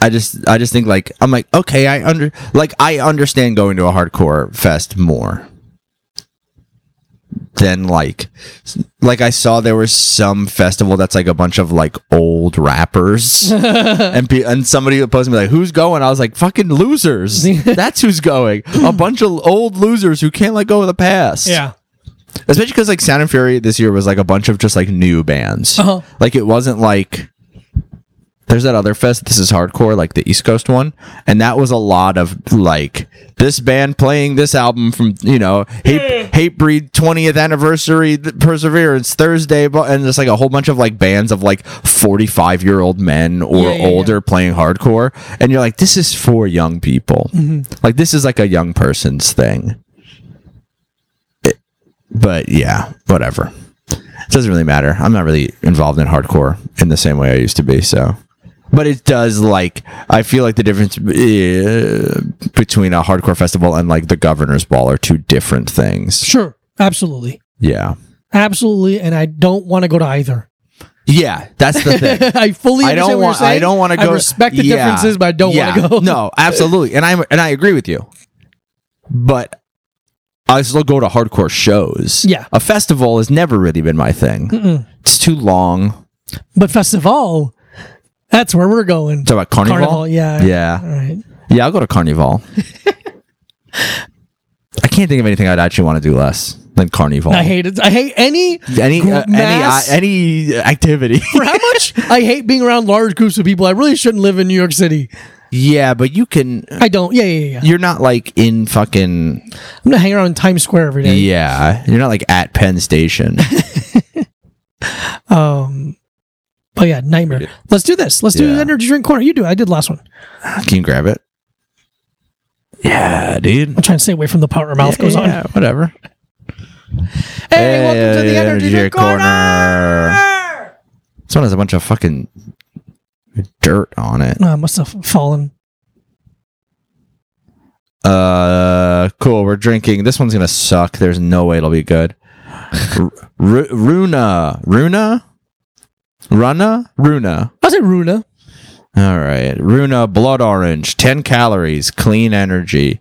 I just I just think like I'm like, okay, I under like I understand going to a hardcore fest more than like like I saw there was some festival that's like a bunch of like old rappers and pe- and somebody would post me like who's going I was like fucking losers that's who's going a bunch of old losers who can't let go of the past especially because like Sound and Fury this year was like a bunch of just like new bands Uh-huh. like it wasn't like there's that other fest this is hardcore like the East Coast one and that was a lot of like this band playing this album from you know hate hate breed 20th anniversary th- perseverance Thursday bu- and just like a whole bunch of like bands of like 45 year old men or Yeah, yeah, yeah. older playing hardcore and you're like this is for young people Mm-hmm. like this is like a young person's thing but yeah, whatever. It doesn't really matter. I'm not really involved in hardcore in the same way I used to be. So, but it does like I feel like the difference eh, between a hardcore festival and like the Governor's Ball are two different things. Sure. Absolutely. Yeah, Absolutely, and I don't want to go to either. yeah, that's the thing. I fully understand I don't what want. you're saying. I don't want to go. I respect the Yeah. differences, but I don't Yeah. want to go. no, absolutely, and I and I agree with you. But I still go to hardcore shows. Yeah. a festival has never really been my thing. Mm-mm. It's too long. But Festival, that's where we're going. Talk about carnival. Carnival, yeah. Yeah. All right. Yeah, I'll go to Carnival. I can't think of anything I'd actually want to do less than Carnival. I hate it. I hate any any group uh, any uh, mass. any activity. for how much I hate being around large groups of people. I really shouldn't live in New York City. yeah, but you can. I don't. Yeah, yeah, yeah. You're not like in fucking. I'm gonna hang around in Times Square every day. Yeah, you're not like at Penn Station. Um. Oh yeah, nightmare. Let's do this. Let's do Yeah. the energy drink corner. You do. it. I did last one. can you grab it? Yeah, dude. I'm trying to stay away from the part where mouth goes on. Yeah, whatever. Hey, welcome to the energy, drink corner. This one has a bunch of fucking dirt on it. Oh, I must Ah, have fallen. Uh, cool. We're drinking. This one's gonna suck. There's no way it'll be good. R- Ru- Runa, Runa, Runa, Runa. I said Runa. All right. Runa blood orange, 10 calories, clean energy.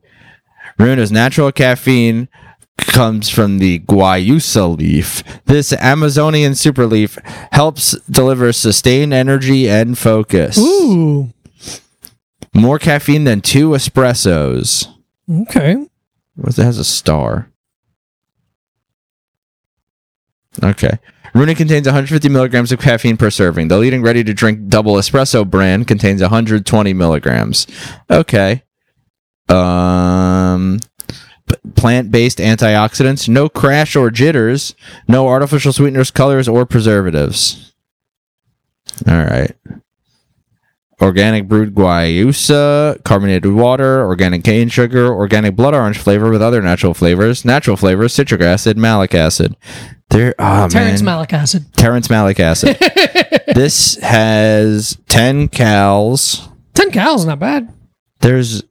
Runa's natural caffeine comes from the guayusa leaf. This Amazonian superleaf helps deliver sustained energy and focus. Ooh. More caffeine than two espressos. Okay. What it has a star. Okay. Runa contains 150 milligrams of caffeine per serving. The leading ready to drink double espresso brand contains 120 milligrams. Okay. Um plant based antioxidants, no crash or jitters, no artificial sweeteners, colors, or preservatives. All right. Organic brewed guayusa, carbonated water, organic cane sugar, organic blood orange flavor with other natural flavors, natural flavors, citric acid, malic acid. There, ah, Terrence man. malic acid. Terrence malic acid. this has 10 cals. Ten cows, not bad. There's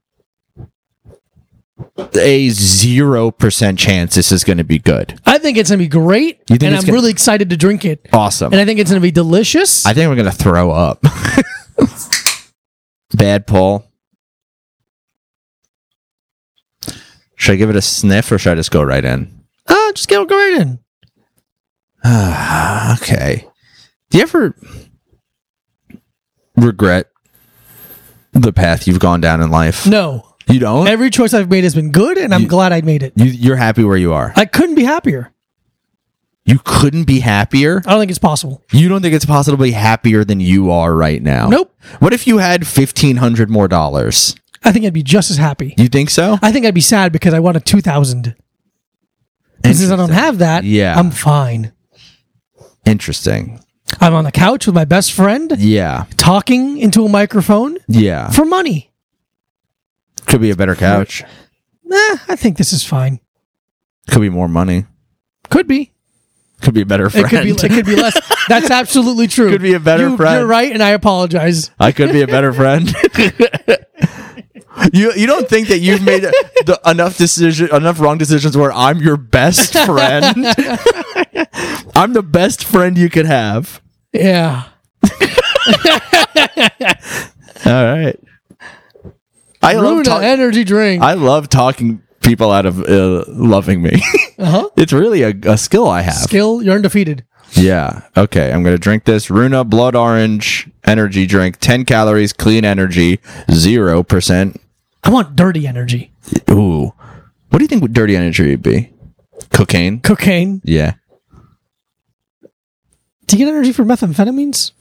a 0% chance this is going to be good. I think it's gonna be great, You think and it's I'm gonna- really excited to drink it. Awesome. And I think it's gonna be delicious. I think we're going to throw up. Bad Paul. Should I give it a sniff or should I just go right in? Ah, just go go right in. okay. Do you ever regret the path you've gone down in life? No, You don't? every choice I've made has been good, and I'm glad I made it. You, you're happy where you are. I couldn't be happier. You couldn't be happier. I don't think it's possible. You don't think it's possibly happier than you are right now? Nope. What if you had fifteen hundred more dollars? I think I'd be just as happy. You think so? I think I'd be sad because I wanted two thousand. And since I don't have that, Yeah. I'm fine. Interesting. I'm on the couch with my best friend, Yeah, talking into a microphone yeah. for money. Could be a better couch. Nah, I think this is fine. Could be more money. Could be. Could be a better friend. It could be. It could be less. That's absolutely true. Could be a better you, friend. You're right, and I apologize. I could be a better friend. you you don't think that you've made the, enough decision enough wrong decisions where I'm your best friend? I'm the best friend you could have. Yeah. All right. I love Runa talking. energy drink. I love talking people out of uh, loving me. Uh-huh. it's really a, a skill I have. Skill, you're undefeated. Yeah. Okay. I'm gonna drink this Runa Blood Orange energy drink. Ten calories, clean energy, zero percent. I want dirty energy. Ooh. What do you think dirty energy would be? Cocaine. Cocaine. Yeah. Do you get energy from methamphetamines?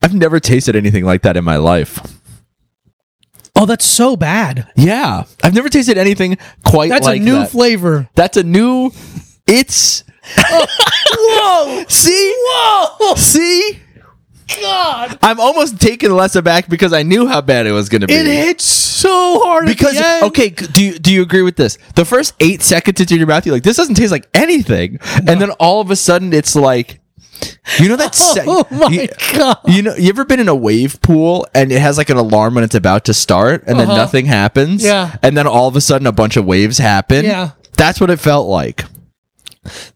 I've never tasted anything like that in my life. Oh, that's so bad. Yeah. I've never tasted anything quite That's like a new that. flavor. That's a new. It's. Whoa! See? Whoa! See? God! I'm almost taken less aback because I knew how bad it was going to be. It hits so hard. at because the end. okay, c- do you do you agree with this? The first eight seconds into your mouth, you're like, this doesn't taste like anything, and then all of a sudden, it's like, you know that. se- Oh my you, god! you know, you ever been in a wave pool and it has like an alarm when it's about to start, and then Uh-huh. nothing happens. Yeah. and then all of a sudden, a bunch of waves happen. Yeah. that's what it felt like.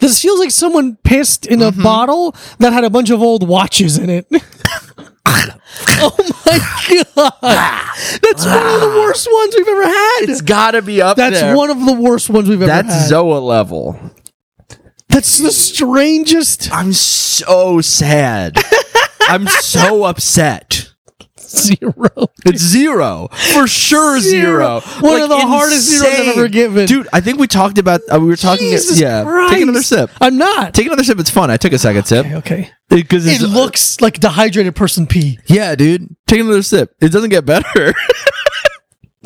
This feels like someone pissed in Mm-hmm. a bottle that had a bunch of old watches in it. oh my god! That's one of the worst ones we've ever had. Ah. It's got to be up That's there. one of the worst ones we've ever That's had. Zoa level. That's the strangest. I'm so sad. I'm so upset. zero. It's zero for sure. Zero. Zero. One of the hardest zeros I've ever given. dude. I think we talked about. Uh, we were talking. Jesus yeah, Christ. take another sip. I'm not. Take another sip. It's fun. I took a second okay, sip okay. because It looks like dehydrated person pee. yeah, dude. Take another sip. It doesn't get better.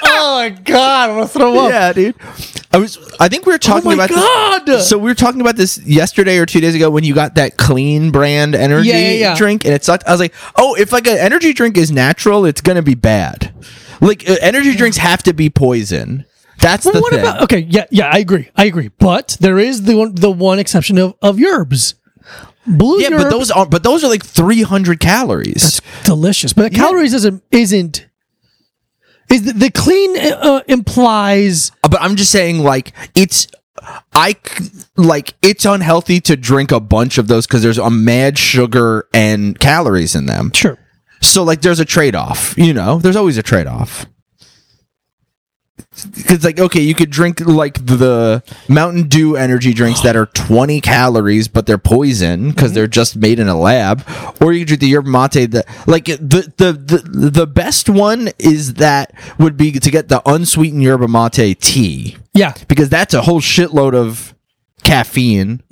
Oh my god, I want to throw up. yeah, dude. I was. I think we were Oh talking my about. this- god. so we were talking about this yesterday or two days ago when you got that clean brand energy Yeah, yeah, yeah. drink and it sucked. I was like, oh, if like an energy drink is natural, it's gonna be bad. Like uh, energy drinks have to be poison. That's the But what thing. about okay? Yeah, yeah, I agree, I agree. But there is the one, the one exception of of yerbs. Blue Yeah, but Europe- those are but those are like 300 calories. That's delicious. But Yeah. calories isn't isn't is the, the clean uh, implies Uh, but I'm just saying, like it's, I c- like it's unhealthy to drink a bunch of those because there's a mad sugar and calories in them. sure. So like, there's a trade off. You know, there's always a trade off. Because like, okay, you could drink like the Mountain Dew energy drinks that are 20 calories, but they're poison because they're just made in a lab, or you could drink the yerba mate. That like the, the the the best one is that would be to get the unsweetened yerba mate tea Yeah. because that's a whole shitload of caffeine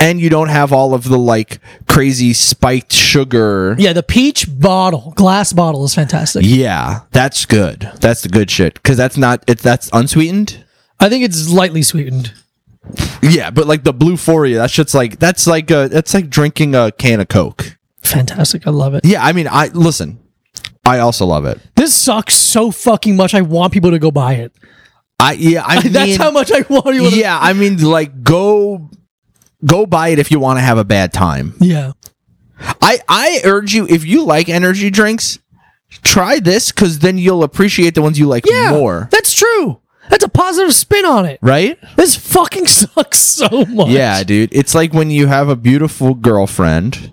and you don't have all of the like crazy spiked sugar Yeah, the peach bottle, glass bottle is fantastic. yeah that's good that's the good shit because that's not it's that's unsweetened I think it's lightly sweetened. yeah but like the blue foria that shit's like that's like uh that's like drinking a can of coke Fantastic. I love it. yeah i mean i listen i also love it This sucks so fucking much. I want people to go buy it. i yeah i mean That's how much I want you to. yeah i mean like go go buy it if you want to have a bad time Yeah. I I urge you if you like energy drinks, try this because then you'll appreciate the ones you like Yeah. more. That's true. That's a positive spin on it. Right? This fucking sucks so much. Yeah, dude. It's like when you have a beautiful girlfriend,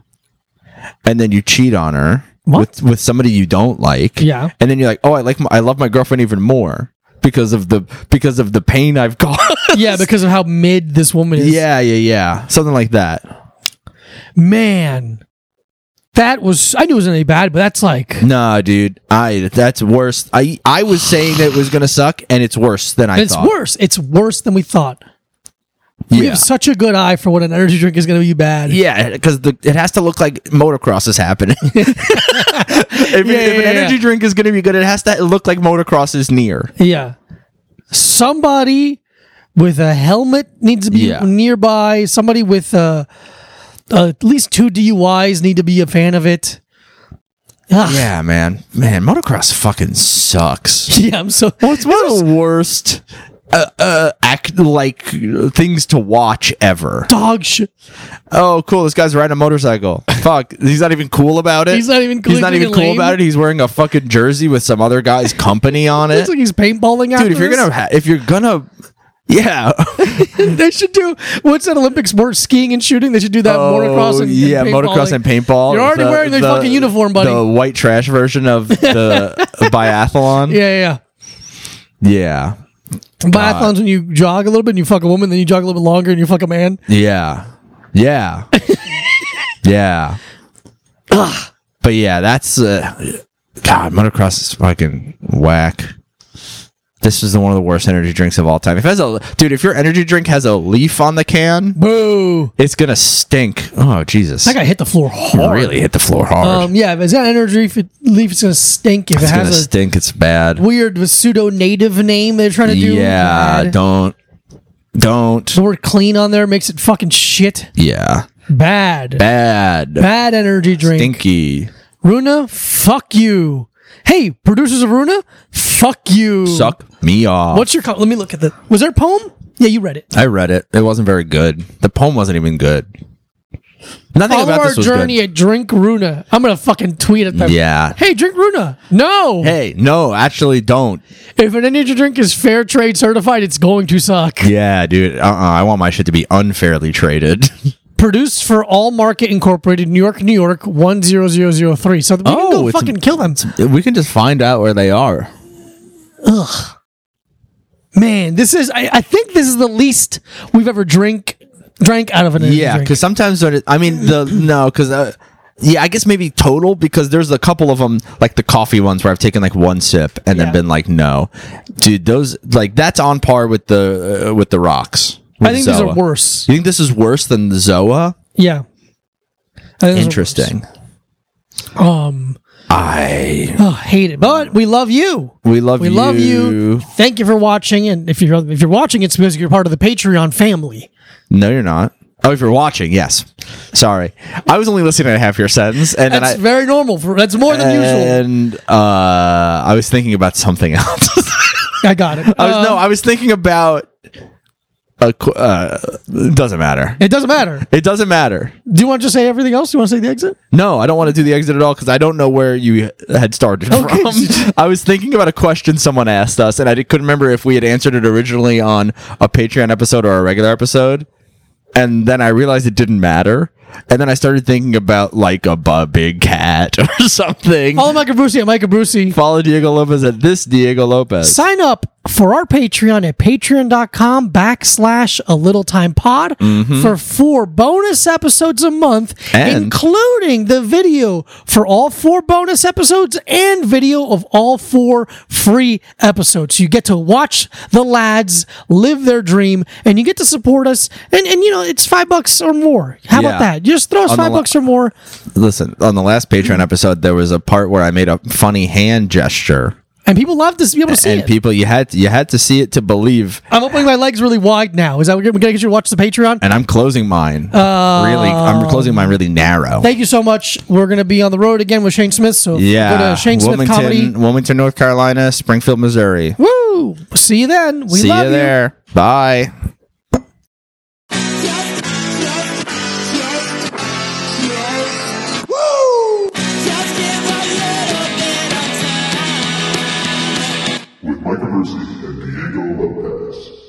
and then you cheat on her What? with with somebody you don't like. Yeah. and then you're like, oh, I like my, I love my girlfriend even more because of the because of the pain I've caused. Yeah, because of how mid this woman is. yeah, yeah, yeah. Something like that. Man. That was I knew it wasn't any bad, but that's like Nah, dude. I that's worse. I I was saying that it was gonna suck, and it's worse than I it's thought. worse. It's worse than we thought. We Yeah. have such a good eye for when an energy drink is going to be bad. Yeah, because it has to look like motocross is happening. if, it- Yeah, if yeah, an energy yeah. drink is going to be good, it has to look like motocross is near. Yeah. Somebody with a helmet needs to be Yeah. nearby. Somebody with uh, uh, at least two DUIs need to be a fan of it. Ah, Ugh. Yeah, man, man, motocross fucking sucks. Yeah, I'm so. What's one of the worst uh, uh, act like things to watch ever? Dog shit. Oh, cool! This guy's riding a motorcycle. Fuck, he's not even cool about it. He's not even cool. He's not He's even lame. cool about it. He's wearing a fucking jersey with some other guy's company on it. It's like he's paintballing out. Dude, if you're gonna, ha- if you're gonna, yeah. gonna, they should do what's that Olympic sport? Skiing and shooting. They should do that Oh, motocross and yeah, and motocross paintballing. and paintball. You're already The- wearing their the- fucking uniform, buddy. The white trash version of the biathlon. Yeah, yeah. yeah, yeah. Biathlons when you jog a little bit and you fuck a woman, then you jog a little bit longer and you fuck a man. yeah, yeah, yeah. But yeah, that's uh, God. Motocross is fucking whack. This is the one of the worst energy drinks of all time. If it has a dude, if your energy drink has a leaf on the can, Boo! it's gonna stink. Oh Jesus! That guy hit the floor You hard. really hit the floor hard. Um, yeah, if it's got an energy if it- leaf, it's gonna stink. If it's it gonna has a stink. It's bad. weird pseudo native name they're trying to do, Yeah, bad. don't, don't. the word "clean" on there makes it fucking shit. Yeah, Bad, bad, bad, energy drink. stinky, Runa, fuck you. Hey, producers of Runa, fuck you. suck me off. What's your? Co- Let me look at the. Was there a poem? Yeah, you read it. I read it. It wasn't very good. The poem wasn't even good. Nothing All of about our this was journey at Drink Runa. I'm gonna fucking tweet at good. them. Yeah. Hey, drink Runa. No. Hey, no, actually, don't. If an energy drink is fair trade certified, it's going to suck. Yeah, dude. Uh, uh I want my shit to be unfairly traded. produced for All Market Incorporated, New York, New York, 10003. So we Oh, can go it's fucking a- kill them. we can just find out where they are. Man, this is, I, I think this is the least we've ever drink, drank out of an energy Yeah, drink. because sometimes when it, I mean the no, because uh, yeah, I guess maybe total because there's a couple of them like the coffee ones where I've taken like one sip and Yeah. then been like no, dude, those like that's on par with the uh, with the rocks. I with think these are Zoa. worse. You think this is worse than the Zoa? Yeah. I think these are Interesting. worse. Um, I oh, hate it, but we love you. we love We you. love you. Thank you for watching. And if you're if you're watching, it's because you're part of the Patreon family. No, you're not. Oh, if you're watching, yes. Sorry, I was only listening to half your sentence, and then That's I very normal. For that's more than usual. and uh, I was thinking about something else. I got it. I was Uh, no, I was thinking about a qu- uh, it doesn't matter. It doesn't matter. It doesn't matter. Do you want to just say everything else? Do you want to say the exit? No, I don't want to do the exit at all because I don't know where you had started Okay. from. I was thinking about a question someone asked us, and I di- couldn't remember if we had answered it originally on a Patreon episode or a regular episode. And then I realized it didn't matter. And then I started thinking about like a bu- big cat or something. Follow Mike Brucey at Mike Brucey. Follow Diego Lopez at this Diego Lopez. Sign up for our Patreon at patreon.com backslash a little time pod for four bonus episodes a month, Mm-hmm. And- including the video for all four bonus episodes and video of all four free episodes. You get to watch the lads live their dream and you get to support us. And, and you know, it's five bucks or more. How Yeah. about that? Just throw us On the five la- bucks or more. Listen, on the last Patreon episode, there was a part where I made a funny hand gesture. And people love to be able to see and it. people you had to, you had to see it to believe I'm opening my legs really wide now. Is that what we're gonna get you to watch the Patreon? and i'm closing mine really i'm closing mine really narrow Oh. Thank you so much. We're going to be on the road again with Shane Smith. So yeah go to Shane Smith wilmington Comedy. wilmington north carolina springfield missouri Woo! See you then. We see love you there bye Yes, yes, yes, yes. Woo! Just give a little bit of time. with Micah Mercy and Diego Lopez.